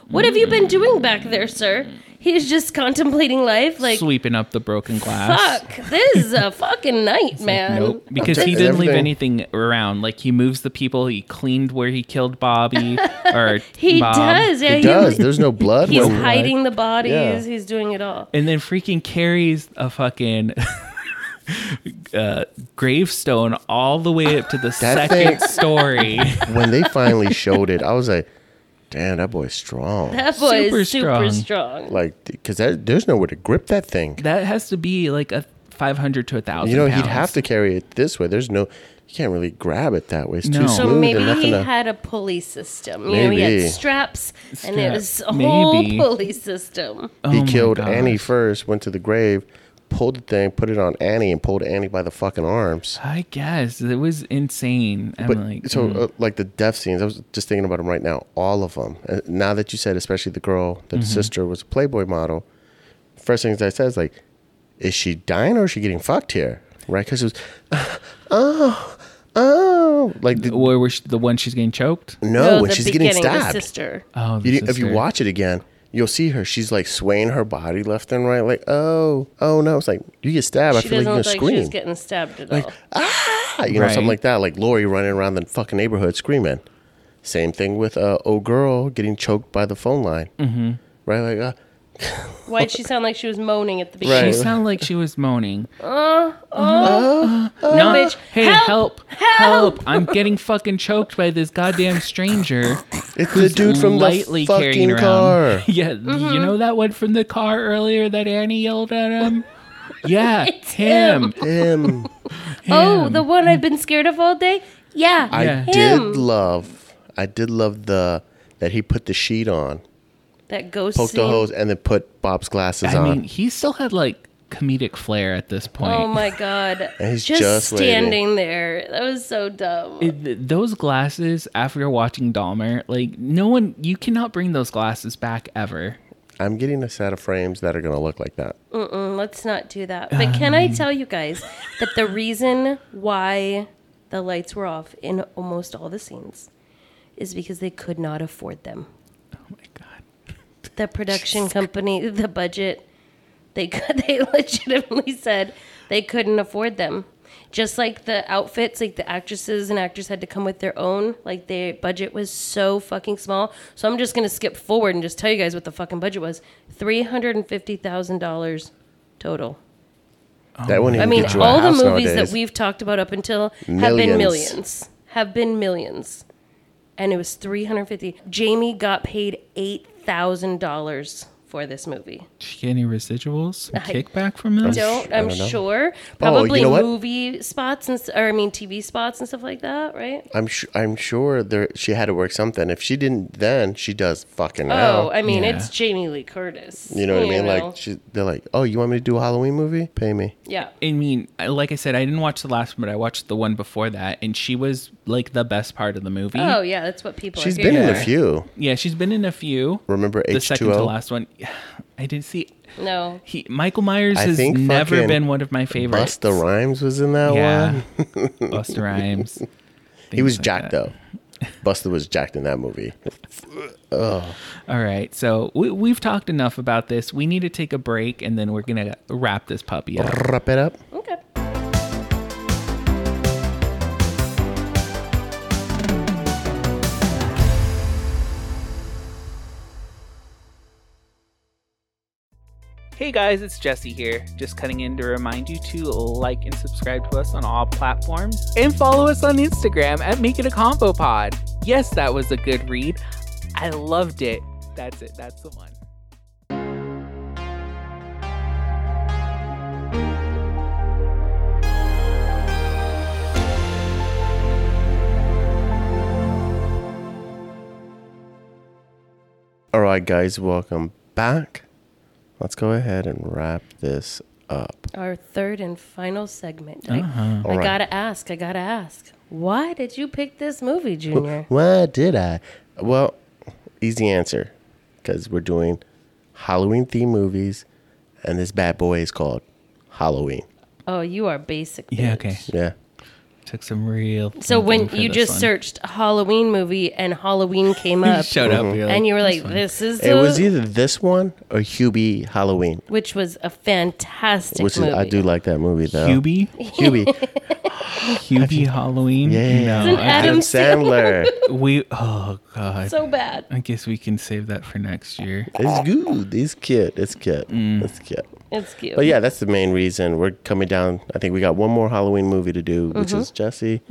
[SPEAKER 3] "What have you been doing back there, sir?" He's just contemplating life, like,
[SPEAKER 2] Sweeping up the broken glass.
[SPEAKER 3] "Fuck, this is a fucking night, man."
[SPEAKER 2] Nope, because he
[SPEAKER 1] Okay.
[SPEAKER 2] didn't leave
[SPEAKER 1] Everything-
[SPEAKER 2] anything around. Like he moves the people, he cleaned where he killed Bobby,
[SPEAKER 3] (laughs)
[SPEAKER 2] or
[SPEAKER 3] He
[SPEAKER 2] Bob.
[SPEAKER 3] does, yeah.
[SPEAKER 1] It
[SPEAKER 3] (laughs)
[SPEAKER 1] does. There's no blood.
[SPEAKER 3] He's
[SPEAKER 1] when-
[SPEAKER 3] hiding the bodies.
[SPEAKER 1] Yeah.
[SPEAKER 3] He's doing it all.
[SPEAKER 2] and then freaking carries a fucking (laughs) uh, gravestone all the way up to the
[SPEAKER 1] That (laughs)
[SPEAKER 2] second
[SPEAKER 1] thing-
[SPEAKER 2] story.
[SPEAKER 1] When they finally showed it, I was like, damn, that boy's strong.
[SPEAKER 3] (laughs) That boy
[SPEAKER 2] Super
[SPEAKER 3] is super
[SPEAKER 2] strong.
[SPEAKER 3] strong.
[SPEAKER 1] like, because that, there's nowhere to grip that thing.
[SPEAKER 2] that has to be like a five hundred to a thousand.
[SPEAKER 1] You know,
[SPEAKER 2] pounds.
[SPEAKER 1] he'd have to carry it this way. There's no, you can't really grab it that way. It's
[SPEAKER 2] No.
[SPEAKER 1] too
[SPEAKER 2] So
[SPEAKER 3] So
[SPEAKER 1] smooth
[SPEAKER 3] maybe
[SPEAKER 1] and
[SPEAKER 3] he
[SPEAKER 1] nothing to.
[SPEAKER 3] had a pulley system. You know, he
[SPEAKER 1] Maybe.
[SPEAKER 3] had straps, and it was
[SPEAKER 2] Straps.
[SPEAKER 3] a whole
[SPEAKER 2] Maybe.
[SPEAKER 3] pulley system.
[SPEAKER 2] Oh
[SPEAKER 1] he
[SPEAKER 2] my
[SPEAKER 1] killed
[SPEAKER 2] God.
[SPEAKER 1] Annie first, went to the grave, pulled the thing, put it on Annie, and pulled Annie by the fucking arms.
[SPEAKER 2] I guess it was insane. I'm
[SPEAKER 1] But
[SPEAKER 2] like,
[SPEAKER 1] so,
[SPEAKER 2] mm.
[SPEAKER 1] uh, like the death scenes, I was just thinking about them right now. All of them. Uh, now that you said, especially the girl, that
[SPEAKER 2] Mm-hmm.
[SPEAKER 1] the sister was a Playboy model. First things I said is like, is she dying or is she getting fucked here? right? Because she was, (laughs) oh, oh, like the,
[SPEAKER 2] Or was she- the one she's getting choked?
[SPEAKER 1] no,
[SPEAKER 3] the
[SPEAKER 1] when she's getting
[SPEAKER 3] beginning, the
[SPEAKER 1] stabbed.
[SPEAKER 3] sister.
[SPEAKER 2] Oh, the
[SPEAKER 1] You didn't- if you
[SPEAKER 2] sister.
[SPEAKER 1] watch it again, you'll see her. She's like swaying her body left and right, like oh, oh no. It's like you get stabbed.
[SPEAKER 3] She
[SPEAKER 1] I feel like you're
[SPEAKER 3] doesn't
[SPEAKER 1] gonna
[SPEAKER 3] look like she was
[SPEAKER 1] scream,
[SPEAKER 3] getting stabbed at all.
[SPEAKER 1] ah, you know, something
[SPEAKER 2] Right.
[SPEAKER 1] like that. Like Lori running around the fucking neighborhood screaming. Same thing with uh, old girl getting choked by the phone line, mm-hmm. right? Like uh,
[SPEAKER 2] oh.
[SPEAKER 3] Why'd she sound like she was moaning at the
[SPEAKER 1] Right.
[SPEAKER 2] She
[SPEAKER 3] beginning?
[SPEAKER 2] sounded like she was moaning.
[SPEAKER 3] Oh,
[SPEAKER 2] Uh, No,
[SPEAKER 3] bitch.
[SPEAKER 2] Hey, help, help! I'm getting fucking choked by this goddamn (laughs) stranger.
[SPEAKER 1] it's the dude from the
[SPEAKER 2] lightly carrying
[SPEAKER 1] fucking
[SPEAKER 2] around.
[SPEAKER 1] car.
[SPEAKER 2] (laughs)
[SPEAKER 1] (laughs)
[SPEAKER 2] Yeah, you know that one from the car earlier that Annie yelled at him. Yeah,
[SPEAKER 3] It's
[SPEAKER 2] him.
[SPEAKER 1] Him.
[SPEAKER 3] Oh, the one I've been scared of all day? Yeah.
[SPEAKER 1] I
[SPEAKER 2] Yeah.
[SPEAKER 1] did
[SPEAKER 3] Him.
[SPEAKER 1] love. I did love the that he put the sheet on,
[SPEAKER 3] that ghost
[SPEAKER 1] poked
[SPEAKER 3] scene.
[SPEAKER 1] the hose, and then put Bob's glasses
[SPEAKER 2] I
[SPEAKER 1] on.
[SPEAKER 2] mean, he still had like comedic flair at this point.
[SPEAKER 3] Oh my god.
[SPEAKER 1] And he's
[SPEAKER 3] just,
[SPEAKER 1] just waiting.
[SPEAKER 3] standing there. That was so dumb.
[SPEAKER 2] (laughs) It- th- those glasses after watching Dahmer, like no one, you cannot bring those glasses back ever.
[SPEAKER 1] I'm getting a set of frames that are gonna look like that.
[SPEAKER 3] Mm, Let's not do that. But
[SPEAKER 2] Um.
[SPEAKER 3] can I tell you guys that the reason why the lights were off in almost all the scenes is because they could not afford them.
[SPEAKER 2] Oh my god.
[SPEAKER 3] The production company, the budget, they could (laughs) they legitimately said they couldn't afford them. Just like the outfits, like the actresses and actors had to come with their own, like their budget was so fucking small. So I'm just gonna skip forward and just tell you guys what the fucking budget was. Three hundred and fifty thousand dollars total.
[SPEAKER 2] Oh.
[SPEAKER 1] that wouldn't
[SPEAKER 3] I
[SPEAKER 1] even
[SPEAKER 3] mean,
[SPEAKER 1] get you
[SPEAKER 3] all
[SPEAKER 1] a
[SPEAKER 3] the
[SPEAKER 1] house
[SPEAKER 3] movies
[SPEAKER 1] nowadays.
[SPEAKER 3] that we've talked about up until have
[SPEAKER 1] Millions.
[SPEAKER 3] been millions. Have been millions. And it was 350. Jamie got paid $8,000 for this movie.
[SPEAKER 2] Did she get any residuals? Some
[SPEAKER 3] I-
[SPEAKER 2] kickback from this?
[SPEAKER 3] Don't,
[SPEAKER 1] I
[SPEAKER 3] I'm
[SPEAKER 1] don't know.
[SPEAKER 3] sure.
[SPEAKER 1] Oh, you
[SPEAKER 3] Probably
[SPEAKER 1] know what?
[SPEAKER 3] movie spots and s- or I mean TV spots and stuff like that, right?
[SPEAKER 1] I'm su- I'm sure there she had to work something. If she didn't, then she does fucking
[SPEAKER 3] Oh,
[SPEAKER 1] now.
[SPEAKER 3] I mean,
[SPEAKER 2] Yeah.
[SPEAKER 3] it's Jamie Lee Curtis.
[SPEAKER 1] you know what I mean?
[SPEAKER 3] know.
[SPEAKER 1] Like she, they're like, oh, you want me to do a Halloween movie? Pay me.
[SPEAKER 3] yeah.
[SPEAKER 2] I mean, I- like I said, I didn't watch the last one, but I watched the one before that, and she was like the best part of the movie.
[SPEAKER 3] Oh, yeah, that's what people
[SPEAKER 1] She's
[SPEAKER 3] are here
[SPEAKER 1] been in a
[SPEAKER 2] Yeah.
[SPEAKER 1] few.
[SPEAKER 2] Yeah, she's been in a few.
[SPEAKER 1] Remember
[SPEAKER 2] the
[SPEAKER 1] H
[SPEAKER 2] second
[SPEAKER 1] two
[SPEAKER 2] to
[SPEAKER 1] O?
[SPEAKER 2] last one. (sighs) I didn't see.
[SPEAKER 3] No.
[SPEAKER 2] He Michael Myers
[SPEAKER 1] I
[SPEAKER 2] has
[SPEAKER 1] think
[SPEAKER 2] never
[SPEAKER 1] fucking
[SPEAKER 2] been one of my favorites.
[SPEAKER 1] Busta Rhymes was in that
[SPEAKER 2] Yeah,
[SPEAKER 1] (laughs) one.
[SPEAKER 2] Buster Rhymes.
[SPEAKER 1] (laughs) He was
[SPEAKER 2] Things like
[SPEAKER 1] jacked
[SPEAKER 2] that.
[SPEAKER 1] though.
[SPEAKER 2] (laughs)
[SPEAKER 1] Busta was jacked in that movie.
[SPEAKER 2] All right, so we, we've talked enough about this. We need to take a break, and then we're gonna wrap this puppy up.
[SPEAKER 1] Wrap it up.
[SPEAKER 3] Okay.
[SPEAKER 2] Hey guys, it's Jesse here. Just cutting in to remind you to like and subscribe to us on all platforms and follow us on Instagram at Make It a Combo Pod. Yes, that was a good read. I loved it. That's it. That's the one.
[SPEAKER 1] All right, guys, welcome back. Let's go ahead and wrap this up.
[SPEAKER 3] Our third and final segment. I,
[SPEAKER 1] Uh-huh. All
[SPEAKER 3] I
[SPEAKER 1] right.
[SPEAKER 3] gotta ask. I gotta ask. Why did you pick this movie, Junior?
[SPEAKER 1] Why did I? Well, easy answer. Because we're doing Halloween themed movies, and this bad boy is called Halloween.
[SPEAKER 3] oh, you are basic.
[SPEAKER 2] Yeah,
[SPEAKER 3] bitch.
[SPEAKER 2] okay.
[SPEAKER 1] Yeah.
[SPEAKER 2] Took some real.
[SPEAKER 3] So when you just searched Halloween movie and Halloween
[SPEAKER 1] (laughs)
[SPEAKER 3] came up,
[SPEAKER 2] showed up, you're like,
[SPEAKER 3] and you were like, "This is
[SPEAKER 1] It was
[SPEAKER 3] the-
[SPEAKER 1] either this one or Hubie Halloween,
[SPEAKER 3] which was a fantastic
[SPEAKER 1] which is,
[SPEAKER 3] movie.
[SPEAKER 1] I do like that movie though.
[SPEAKER 3] (laughs)
[SPEAKER 2] Hubie,
[SPEAKER 1] Hubie.
[SPEAKER 2] Hubie Halloween.
[SPEAKER 1] Yeah.
[SPEAKER 2] No, I-
[SPEAKER 3] Adam
[SPEAKER 1] Adam Sandler.
[SPEAKER 2] we. Oh god.
[SPEAKER 3] (laughs) so bad.
[SPEAKER 2] I guess we can save that for next year. (laughs)
[SPEAKER 1] it's good. It's cute. It's cute. It's cute.
[SPEAKER 3] It's cute.
[SPEAKER 1] But yeah, that's the main reason we're coming down. I think we got one more Halloween movie to do, which
[SPEAKER 3] Mm-hmm.
[SPEAKER 1] is Jesse.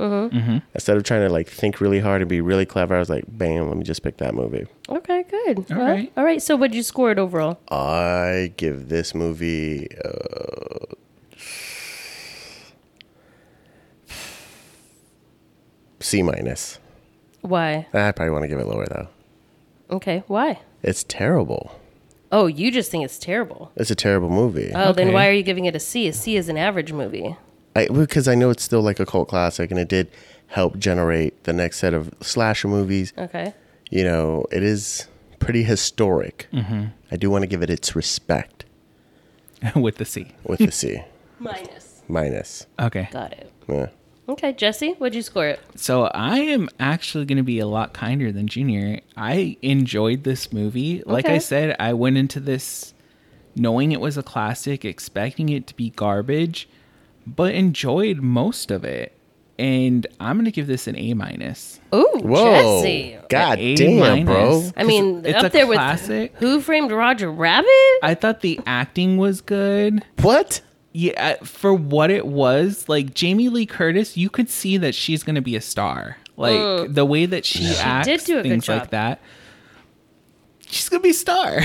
[SPEAKER 1] Instead of trying to like think really hard and be really clever, I was like, bam, let me just pick that movie.
[SPEAKER 3] Okay, good. All right,
[SPEAKER 2] right.
[SPEAKER 3] all right. So what'd you score it overall?
[SPEAKER 1] I give this movie uh, C minus.
[SPEAKER 3] Why?
[SPEAKER 1] I probably want to give it lower though.
[SPEAKER 3] Okay, why?
[SPEAKER 1] It's terrible.
[SPEAKER 3] Oh, you just think it's terrible.
[SPEAKER 1] It's a terrible movie.
[SPEAKER 3] Oh, then
[SPEAKER 2] Okay.
[SPEAKER 3] why are you giving it a C? A C is an average movie.
[SPEAKER 1] I because I know it's still like a cult classic, and it did help generate the next set of slasher movies.
[SPEAKER 3] Okay.
[SPEAKER 1] You know, it is pretty historic.
[SPEAKER 2] Mm-hmm.
[SPEAKER 1] I do want to give it its respect
[SPEAKER 2] With the C. (laughs)
[SPEAKER 1] with the C.
[SPEAKER 3] Minus.
[SPEAKER 1] minus.
[SPEAKER 2] Okay.
[SPEAKER 3] Got it.
[SPEAKER 1] Yeah.
[SPEAKER 3] Okay, Jesse, what'd you score it?
[SPEAKER 2] So I am actually going to be a lot kinder than Junior. I enjoyed this movie. Like I
[SPEAKER 3] Okay.
[SPEAKER 2] said, I went into this knowing it was a classic, expecting it to be garbage, but enjoyed most of it. And I'm going to give this an A minus.
[SPEAKER 3] Ooh,
[SPEAKER 1] Whoa.
[SPEAKER 3] Jesse.
[SPEAKER 1] God
[SPEAKER 2] A
[SPEAKER 1] damn, bro.
[SPEAKER 2] minus.
[SPEAKER 3] I mean,
[SPEAKER 2] It's a
[SPEAKER 3] up there with
[SPEAKER 2] classic.
[SPEAKER 3] Who Framed Roger Rabbit?
[SPEAKER 2] I thought the acting was good.
[SPEAKER 1] What?
[SPEAKER 2] Yeah, I- for what it was, like Jamie Lee Curtis, you could see that she's going to be a star. Like
[SPEAKER 3] Mm.
[SPEAKER 2] the way that she acts,
[SPEAKER 3] did do a good
[SPEAKER 2] things
[SPEAKER 3] job.
[SPEAKER 2] like that. She's going to be a star.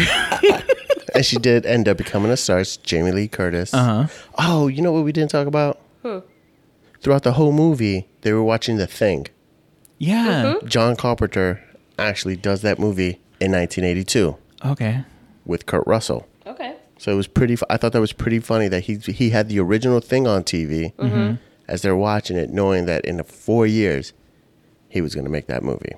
[SPEAKER 2] (laughs)
[SPEAKER 1] and she did end up becoming a star. It's Jamie Lee Curtis.
[SPEAKER 2] Uh-huh.
[SPEAKER 1] Oh, you know what we didn't talk about? Throughout the whole movie, they were watching The Thing.
[SPEAKER 2] yeah.
[SPEAKER 1] John Carpenter actually does that movie in 1982
[SPEAKER 3] Mm-hmm.
[SPEAKER 2] Okay.
[SPEAKER 1] with Kurt Russell.
[SPEAKER 3] Okay.
[SPEAKER 1] So it was pretty. fu- I thought that was pretty funny that he he had the original thing on TV as they're watching it, knowing that in the four years he was going to make that movie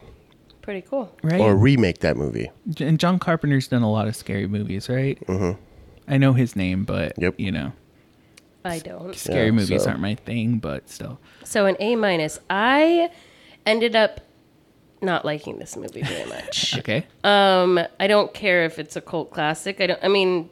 [SPEAKER 3] Pretty cool.
[SPEAKER 2] Right.
[SPEAKER 1] or remake that movie.
[SPEAKER 2] J- and John Carpenter's done a lot of scary movies, right? Mm-hmm. I know his name, but
[SPEAKER 1] Yep.
[SPEAKER 2] you know,
[SPEAKER 3] I don't.
[SPEAKER 2] scary
[SPEAKER 1] Yeah,
[SPEAKER 2] movies
[SPEAKER 1] so-
[SPEAKER 2] aren't my thing. But still,
[SPEAKER 3] So an A minus. I ended up not liking this movie very
[SPEAKER 2] (laughs)
[SPEAKER 3] much.
[SPEAKER 2] okay.
[SPEAKER 3] Um, I don't care if it's a cult classic. I don't. I mean,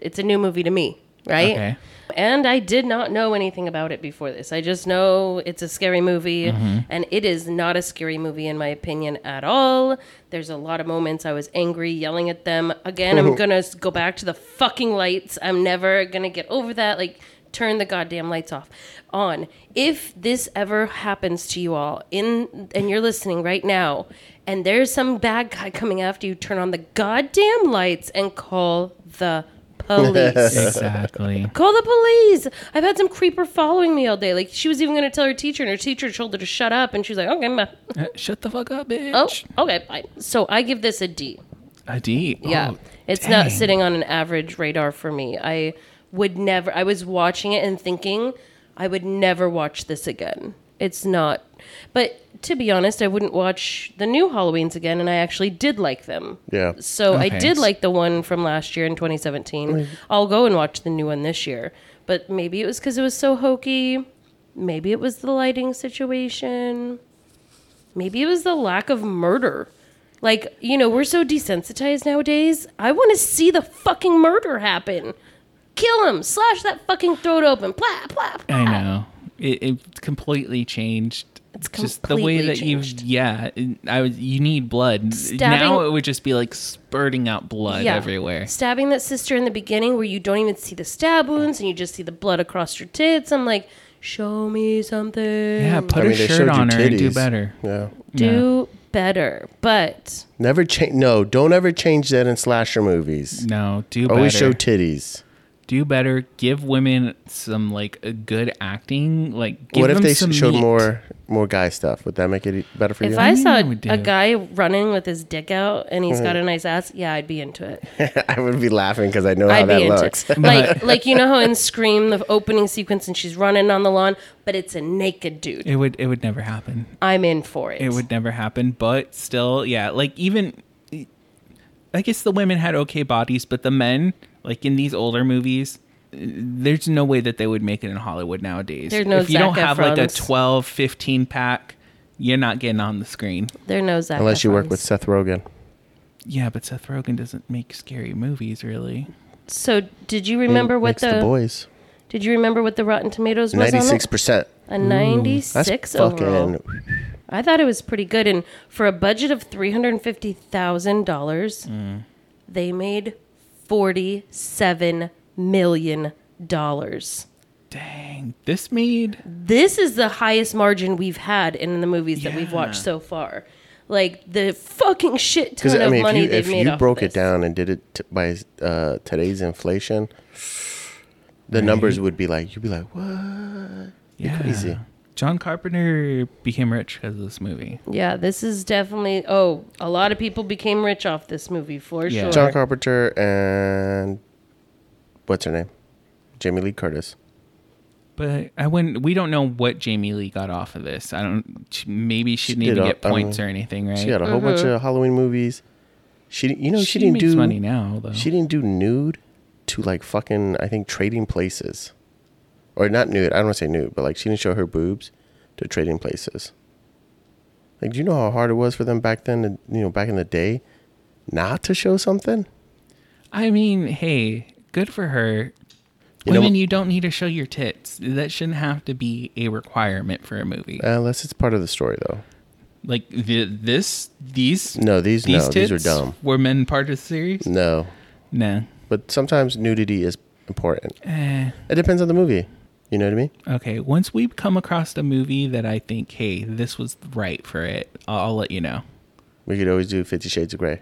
[SPEAKER 3] it's a new movie to me, right?
[SPEAKER 1] (laughs)
[SPEAKER 2] Okay.
[SPEAKER 3] And I did not know anything about it before this. I just know it's a scary movie, and it is not a scary movie in my opinion at all. There's a lot of moments I was angry, yelling at them. Again, I'm gonna s- go back to the fucking lights. I'm never gonna get over that. Like, turn the goddamn lights off. On. If this ever happens to you all in, and you're listening right now, and there's some bad guy coming after you, turn on the goddamn lights and call the police.
[SPEAKER 2] exactly.
[SPEAKER 3] Call the police. I've had some creeper following me all day. Like, she was even going to tell her teacher, and her teacher told her to shut up. And she was like, okay, ma-
[SPEAKER 2] Uh, Shut the fuck up,
[SPEAKER 3] oh,
[SPEAKER 2] bitch.
[SPEAKER 3] okay, fine. So I give this a D.
[SPEAKER 2] A D.
[SPEAKER 3] Yeah.
[SPEAKER 2] Oh,
[SPEAKER 3] it's
[SPEAKER 2] dang.
[SPEAKER 3] not sitting on an average radar for me. I would never, I was watching it and thinking, I would never watch this again. It's not. But to be honest, I wouldn't watch the new Halloweens again, and I actually did like them.
[SPEAKER 1] Yeah.
[SPEAKER 3] So I
[SPEAKER 2] Okay. Mm.
[SPEAKER 3] did like the one from last year in 2017. I'll go and watch the new one this year. But maybe it was because it was so hokey. Maybe it was the lighting situation. Maybe it was the lack of murder. Like, you know, we're so desensitized nowadays. I want to see the fucking murder happen. Kill him. Slash that fucking throat open. Plah, plah, plah.
[SPEAKER 2] I know. It, it completely changed.
[SPEAKER 3] It's
[SPEAKER 2] just the way
[SPEAKER 3] completely
[SPEAKER 2] that
[SPEAKER 3] changed.
[SPEAKER 2] you yeah, I was you need blood.
[SPEAKER 3] Stabbing-
[SPEAKER 2] Now it would just be like spurting out blood everywhere.
[SPEAKER 3] Stabbing that sister in the beginning where you don't even see the stab wounds and you just see the blood across your tits. I'm like, show me something.
[SPEAKER 2] Yeah, put a shirt on her and do better.
[SPEAKER 1] Yeah.
[SPEAKER 3] Do better. But
[SPEAKER 1] Never change. No, don't ever change that in slasher movies.
[SPEAKER 2] No, do better.
[SPEAKER 1] Always show titties.
[SPEAKER 2] do better. Give women some like a good acting. Like give
[SPEAKER 1] what if
[SPEAKER 2] them
[SPEAKER 1] they
[SPEAKER 2] some
[SPEAKER 1] showed
[SPEAKER 2] meat.
[SPEAKER 1] more more guy stuff? Would that make it e-, better for
[SPEAKER 3] if
[SPEAKER 1] you?
[SPEAKER 3] I
[SPEAKER 2] Yeah,
[SPEAKER 3] saw
[SPEAKER 2] I would
[SPEAKER 3] a
[SPEAKER 2] do.
[SPEAKER 3] guy running with his dick out and he's
[SPEAKER 1] Mm.
[SPEAKER 3] got a nice ass, yeah, I'd be into it.
[SPEAKER 1] (laughs) I would be laughing because I know how
[SPEAKER 3] I'd
[SPEAKER 1] that
[SPEAKER 3] be into
[SPEAKER 1] looks.
[SPEAKER 3] it. Like, (laughs) like you know how in Scream the opening sequence and she's running on the lawn, but it's a naked dude.
[SPEAKER 2] It would it would never happen.
[SPEAKER 3] I'm in for it.
[SPEAKER 2] It would never happen. But still, yeah, like even I guess the women had okay bodies, but the men, like in these older movies, there's no way that they would make it in Hollywood nowadays.
[SPEAKER 3] There's no
[SPEAKER 2] if you don't
[SPEAKER 3] Zac
[SPEAKER 2] have like a
[SPEAKER 3] Efrons.
[SPEAKER 2] 12, 15 pack, you're not getting on the screen.
[SPEAKER 3] There are no
[SPEAKER 1] (laughs)
[SPEAKER 3] Zac
[SPEAKER 1] Unless you work
[SPEAKER 3] Efrons.
[SPEAKER 1] with Seth Rogen.
[SPEAKER 2] Yeah, but Seth Rogen doesn't make scary movies, really.
[SPEAKER 3] So did you remember what
[SPEAKER 1] Makes the,
[SPEAKER 3] the,
[SPEAKER 1] boys?
[SPEAKER 3] did you remember what the Rotten Tomatoes was
[SPEAKER 1] Ninety six
[SPEAKER 3] on it?
[SPEAKER 1] percent.
[SPEAKER 3] A
[SPEAKER 1] Mm, That's
[SPEAKER 3] 96
[SPEAKER 1] fucking.
[SPEAKER 3] overall. I thought it was pretty good, and for a budget of three hundred fifty thousand dollars,
[SPEAKER 1] Mm.
[SPEAKER 3] they made forty seven million dollars.
[SPEAKER 2] Dang, this made
[SPEAKER 3] This is the highest margin we've had in the movies that we've
[SPEAKER 2] Yeah.
[SPEAKER 3] watched so far. Like the fucking shit
[SPEAKER 1] Because
[SPEAKER 3] ton
[SPEAKER 1] I
[SPEAKER 3] of
[SPEAKER 1] mean, if
[SPEAKER 3] money
[SPEAKER 1] you,
[SPEAKER 3] they've
[SPEAKER 1] if
[SPEAKER 3] made.
[SPEAKER 1] you
[SPEAKER 3] off
[SPEAKER 1] broke
[SPEAKER 3] this.
[SPEAKER 1] it down and did it t- by uh, today's inflation, the numbers would be like you'd be like, what?
[SPEAKER 2] yeah.
[SPEAKER 1] crazy.
[SPEAKER 2] John Carpenter became rich because of this movie.
[SPEAKER 3] yeah, this is definitely. Oh, a lot of people became rich off this movie for
[SPEAKER 2] Yeah.
[SPEAKER 3] sure.
[SPEAKER 1] John Carpenter and what's her name, Jamie Lee Curtis.
[SPEAKER 2] But I wouldn't. We don't know what Jamie Lee got off of this. I don't. she- Maybe she didn't
[SPEAKER 1] did
[SPEAKER 2] even
[SPEAKER 1] all-
[SPEAKER 2] get
[SPEAKER 1] I
[SPEAKER 2] points
[SPEAKER 1] mean,
[SPEAKER 2] or anything, right?
[SPEAKER 1] She had a whole bunch
[SPEAKER 3] Mm-hmm.
[SPEAKER 1] of Halloween movies. She, you know, she,
[SPEAKER 2] She
[SPEAKER 1] didn't
[SPEAKER 2] makes
[SPEAKER 1] do
[SPEAKER 2] money now, though.
[SPEAKER 1] She didn't do nude to like fucking I think Trading Places. or not nude. I don't want to say nude, but like she didn't show her boobs to trading places. Like, do you know how hard it was for them back then? To, you know, back in the day, not to show something.
[SPEAKER 2] I mean, hey, good for her.
[SPEAKER 1] You know
[SPEAKER 2] Women,
[SPEAKER 1] what-
[SPEAKER 2] you don't need to show your tits. That shouldn't have to be a requirement for a movie.
[SPEAKER 1] Uh, unless it's part of the story, though.
[SPEAKER 2] like the, this, these,
[SPEAKER 1] No, these,
[SPEAKER 2] these
[SPEAKER 1] no,
[SPEAKER 2] tits
[SPEAKER 1] these are dumb.
[SPEAKER 2] were men part of the series.
[SPEAKER 1] No,
[SPEAKER 2] Nah.
[SPEAKER 1] but sometimes nudity is important.
[SPEAKER 2] Eh,
[SPEAKER 1] It depends on the movie. You know what I mean?
[SPEAKER 2] okay. Once we come across a movie that I think, hey, this was right for it, I'll, I'll let you know.
[SPEAKER 1] We could always do Fifty Shades of Grey.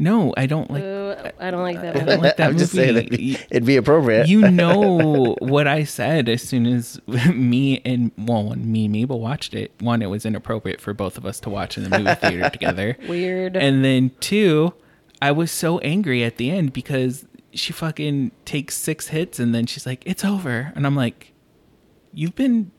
[SPEAKER 2] No, I don't like.
[SPEAKER 3] Ooh, I
[SPEAKER 1] (laughs)
[SPEAKER 3] don't like that
[SPEAKER 2] I
[SPEAKER 3] one.
[SPEAKER 2] don't like that
[SPEAKER 1] I'm
[SPEAKER 2] movie.
[SPEAKER 1] just saying it'd be,
[SPEAKER 2] Y-
[SPEAKER 1] it'd be appropriate. (laughs)
[SPEAKER 2] you know what I said as soon as (laughs) me and well, when me and Mabel watched it. One, it was inappropriate for both of us to watch in the movie theater together.
[SPEAKER 3] Weird.
[SPEAKER 2] And then two, I was so angry at the end because she fucking takes six hits and then she's like, "It's over," and I'm like, "You've been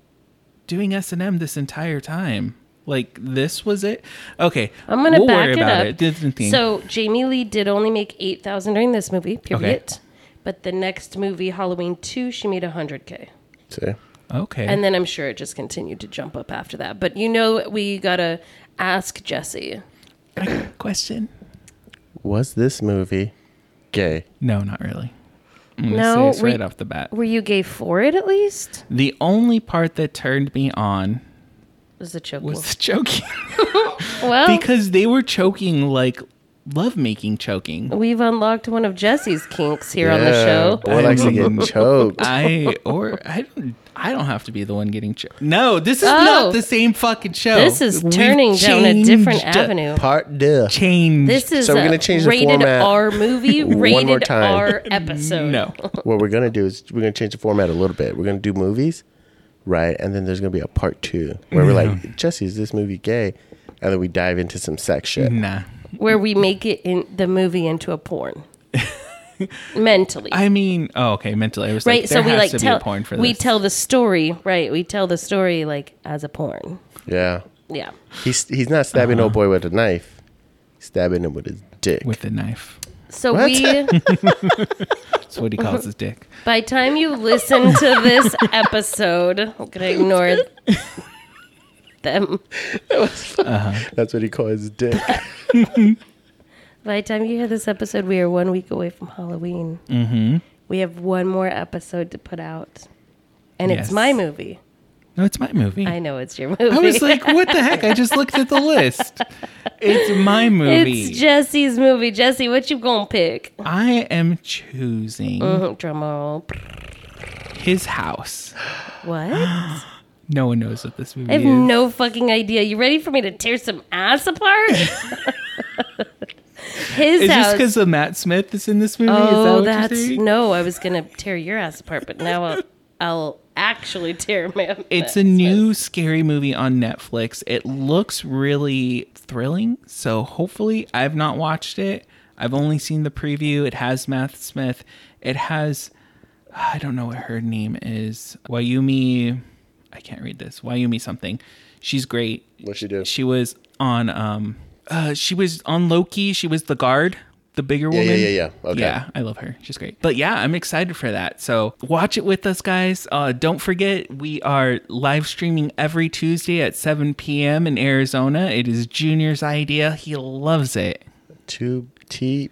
[SPEAKER 2] doing S and M this entire time." Like this was it? Okay,
[SPEAKER 3] I'm gonna
[SPEAKER 2] we'll
[SPEAKER 3] back
[SPEAKER 2] worry
[SPEAKER 3] it
[SPEAKER 2] about
[SPEAKER 3] up.
[SPEAKER 2] it. Disney thing.
[SPEAKER 3] So Jamie Lee did only make eight thousand during this movie, period. But the next movie, Halloween two, she made hundred k,
[SPEAKER 1] See?
[SPEAKER 2] okay,
[SPEAKER 3] and then I'm sure it just continued to jump up after that. But you know, we gotta ask Jesse.
[SPEAKER 2] question?
[SPEAKER 1] Was this movie gay?
[SPEAKER 2] No, not really. I'm gonna
[SPEAKER 3] No,
[SPEAKER 2] say this
[SPEAKER 3] we-
[SPEAKER 2] right off the bat.
[SPEAKER 3] Were you gay for it at least?
[SPEAKER 2] The only part that turned me on
[SPEAKER 3] Was the choke?
[SPEAKER 2] was the choking
[SPEAKER 3] well,
[SPEAKER 2] (laughs) because they were choking like lovemaking choking.
[SPEAKER 3] we've unlocked one of Jesse's kinks here on the
[SPEAKER 1] Yeah,
[SPEAKER 3] show.
[SPEAKER 1] Boy likes to get choked.
[SPEAKER 2] I or I don't I don't have to be the one getting choked. No, this is
[SPEAKER 3] Oh.
[SPEAKER 2] not the same fucking show.
[SPEAKER 3] This is
[SPEAKER 2] We've
[SPEAKER 3] turning down a
[SPEAKER 2] changed- uh,
[SPEAKER 3] different avenue.
[SPEAKER 1] Part duh.
[SPEAKER 2] Changed.
[SPEAKER 3] This is
[SPEAKER 1] So we're
[SPEAKER 3] a
[SPEAKER 1] gonna change the
[SPEAKER 3] rated
[SPEAKER 1] format
[SPEAKER 3] R movie,
[SPEAKER 1] one more
[SPEAKER 3] rated
[SPEAKER 1] time.
[SPEAKER 3] R episode. (laughs)
[SPEAKER 2] no.
[SPEAKER 1] What we're gonna do is we're gonna change the format a little bit. We're gonna do movies, right? And then there's gonna be a part two where we're like, Jesse, is this movie gay? And then we dive into some sex shit.
[SPEAKER 2] Nah.
[SPEAKER 3] where we make it in the movie into
[SPEAKER 2] (laughs)
[SPEAKER 3] a porn mentally
[SPEAKER 2] I mean, oh, okay. Mentally, I was
[SPEAKER 3] right
[SPEAKER 2] like,
[SPEAKER 3] so
[SPEAKER 2] there
[SPEAKER 3] we
[SPEAKER 2] has
[SPEAKER 3] like
[SPEAKER 2] to be
[SPEAKER 3] tell
[SPEAKER 2] a porn for
[SPEAKER 3] we
[SPEAKER 2] this.
[SPEAKER 3] tell the story right we tell the story like as a porn
[SPEAKER 1] Yeah.
[SPEAKER 3] yeah
[SPEAKER 1] He's he's not stabbing no boy with a knife. He's stabbing him with his dick.
[SPEAKER 2] with a knife.
[SPEAKER 3] so
[SPEAKER 1] What?
[SPEAKER 2] (laughs)
[SPEAKER 3] we
[SPEAKER 2] That's what he calls his dick.
[SPEAKER 3] by time you listen to this episode i'm gonna ignore (laughs) them
[SPEAKER 1] That's what he calls his dick.
[SPEAKER 3] by the time you hear this episode we are one week away from halloween mm-hmm. we have one more episode to put out and
[SPEAKER 2] Yes.
[SPEAKER 3] it's my movie
[SPEAKER 2] No, it's my movie.
[SPEAKER 3] i know it's your movie
[SPEAKER 2] I was like, what the heck? I just looked at the list. It's my movie.
[SPEAKER 3] It's Jesse's movie. Jesse, what you gonna pick? (laughs)
[SPEAKER 2] I am choosing
[SPEAKER 3] Mhm, Drum roll.
[SPEAKER 2] his house.
[SPEAKER 3] What?
[SPEAKER 2] No one knows what this movie
[SPEAKER 3] I have
[SPEAKER 2] is.
[SPEAKER 3] no fucking idea. You ready for me to tear some
[SPEAKER 2] (laughs)
[SPEAKER 3] ass apart? (laughs)
[SPEAKER 2] is
[SPEAKER 3] His
[SPEAKER 2] this
[SPEAKER 3] house.
[SPEAKER 2] because Matt Smith is in this movie?
[SPEAKER 3] oh,
[SPEAKER 2] is that what
[SPEAKER 3] that's
[SPEAKER 2] you're saying?
[SPEAKER 3] no. I was gonna tear your ass apart, but now I'll, (laughs) I'll actually tear my.
[SPEAKER 2] It's a new scary movie on Netflix. It looks really thrilling. So hopefully, I've not watched it. I've only seen the preview. It has Matt Smith. It has, I don't know what her name is. Wyumi. I can't read this. Wyumi something. She's great.
[SPEAKER 1] What'd she do?
[SPEAKER 2] She was on um. Uh, she was on Loki. She was the guard, the bigger
[SPEAKER 1] yeah,
[SPEAKER 2] woman.
[SPEAKER 1] yeah, yeah. Okay.
[SPEAKER 2] Yeah, I love her. She's great. But yeah, I'm excited for that. So watch it with us, guys. Uh, don't forget, we are live streaming every Tuesday at 7 p.m. in Arizona. It is Junior's idea. He loves it.
[SPEAKER 1] To TBD.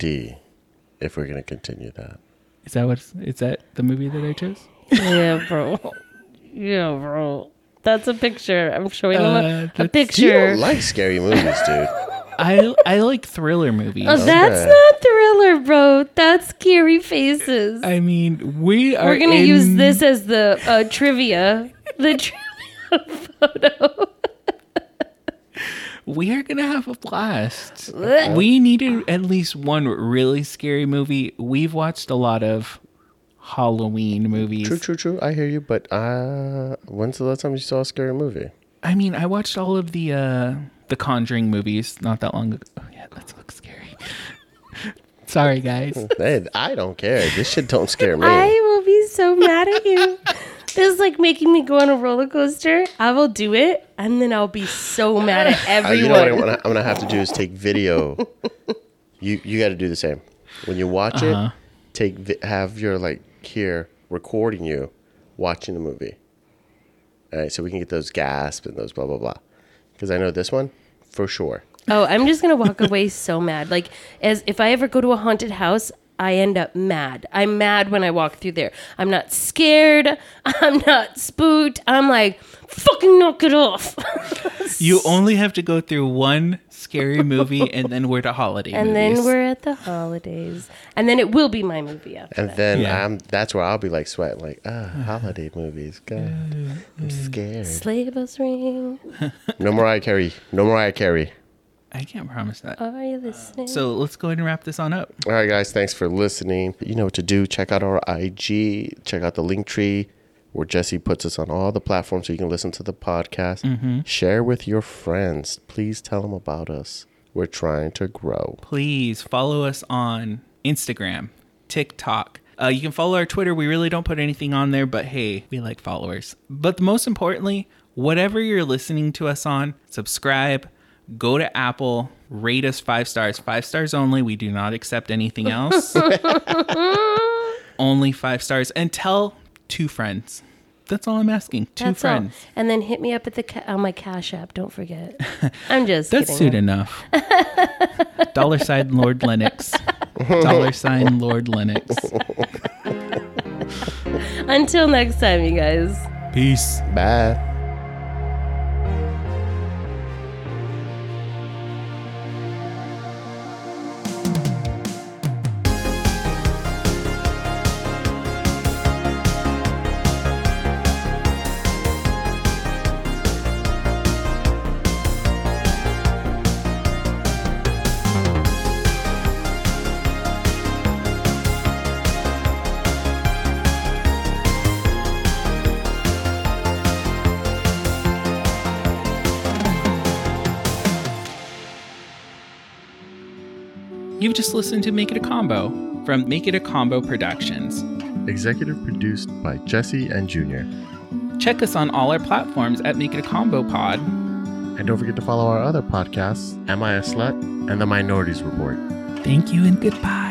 [SPEAKER 1] If we're gonna continue that.
[SPEAKER 2] Is that what? Is that the movie that I chose?
[SPEAKER 3] (laughs) yeah, bro. Yeah, bro. That's a picture. I'm showing
[SPEAKER 2] Uh,
[SPEAKER 3] them a, a
[SPEAKER 2] that's-
[SPEAKER 1] You
[SPEAKER 3] picture.
[SPEAKER 1] don't like scary movies, dude.
[SPEAKER 2] I I like thriller movies.
[SPEAKER 3] oh, that's
[SPEAKER 1] Okay.
[SPEAKER 3] not thriller, bro. That's scary faces.
[SPEAKER 2] I mean, we are.
[SPEAKER 3] We're gonna
[SPEAKER 2] in-
[SPEAKER 3] use this as the uh, trivia. The trivia photo.
[SPEAKER 2] We are gonna have a blast. we needed at least one really scary movie. We've watched a lot of Halloween movies.
[SPEAKER 1] True, true, true. I hear you, but uh, when's the last time you saw a scary movie? (laughs)
[SPEAKER 2] I mean, I watched all of the uh the Conjuring movies not that long ago. Oh, yeah, that looks scary. (laughs) Sorry, guys.
[SPEAKER 1] Hey, I don't care. This shit don't scare me.
[SPEAKER 3] (laughs) I will be so mad at you. This is like making me go on a roller coaster. I will do it, and then I'll be so mad
[SPEAKER 1] (laughs)
[SPEAKER 3] at
[SPEAKER 1] Uh, you
[SPEAKER 3] everyone.
[SPEAKER 1] know what I wanna, I'm gonna have to do is take video. you you got to do the same. When you watch it, take vi- have your like here recording you watching the movie. All right, so we can get those gasps and those blah blah blah. Because I know this one for sure.
[SPEAKER 3] Oh, I'm just gonna walk away so mad. Like, as if I ever go to a haunted house, I end up mad. I'm mad when I walk through there. I'm not scared. (laughs) I'm not spooked. I'm like, fucking knock it off. (laughs)
[SPEAKER 2] You only have to go through one scary movie, and then we're to holiday
[SPEAKER 3] and
[SPEAKER 2] movies.
[SPEAKER 3] then we're at the holidays, and then it will be my movie after.
[SPEAKER 1] And then
[SPEAKER 2] Yeah.
[SPEAKER 1] I'm that's where I'll be like sweating, like ah, holiday movies. God, I'm scared.
[SPEAKER 3] Sleigh bells ring.
[SPEAKER 1] No Mariah Carey. No Mariah Carey.
[SPEAKER 2] I can't promise that.
[SPEAKER 3] Are you listening?
[SPEAKER 2] So let's go ahead and wrap this on up.
[SPEAKER 1] All right, guys, thanks for listening. You know what to do. Check out our IG, check out the link tree where Jesse puts us on all the platforms so you can listen to the podcast. Share with your friends. Please tell them about us. We're trying to grow.
[SPEAKER 2] Please follow us on Instagram, TikTok. Uh, you can follow our Twitter. We really don't put anything on there, but hey, we like followers. But the most importantly, whatever you're listening to us on, subscribe, go to Apple, rate us five stars, five stars only. We do not accept
[SPEAKER 3] (laughs)
[SPEAKER 2] anything else. only five stars. And tell two friends. That's all I'm asking. Two
[SPEAKER 3] That's
[SPEAKER 2] friends.
[SPEAKER 3] all. And then hit me up at the ca- on my Cash App.
[SPEAKER 2] (laughs)
[SPEAKER 3] Don't forget. I'm just
[SPEAKER 2] That's
[SPEAKER 3] kidding.
[SPEAKER 2] soon (laughs) enough. Dollar sign Lord Lennox. Dollar sign (laughs) Lord Lennox.
[SPEAKER 3] Until next time, you guys.
[SPEAKER 2] Peace.
[SPEAKER 1] Bye.
[SPEAKER 2] You've just listened to Make It a Combo from Make It a Combo Productions.
[SPEAKER 1] Executive produced by Jesse and Junior.
[SPEAKER 2] Check us on all our platforms at Make It a Combo Pod.
[SPEAKER 1] And don't forget to follow our other podcasts, Am I a Slut? and The Minorities Report.
[SPEAKER 2] Thank you and goodbye.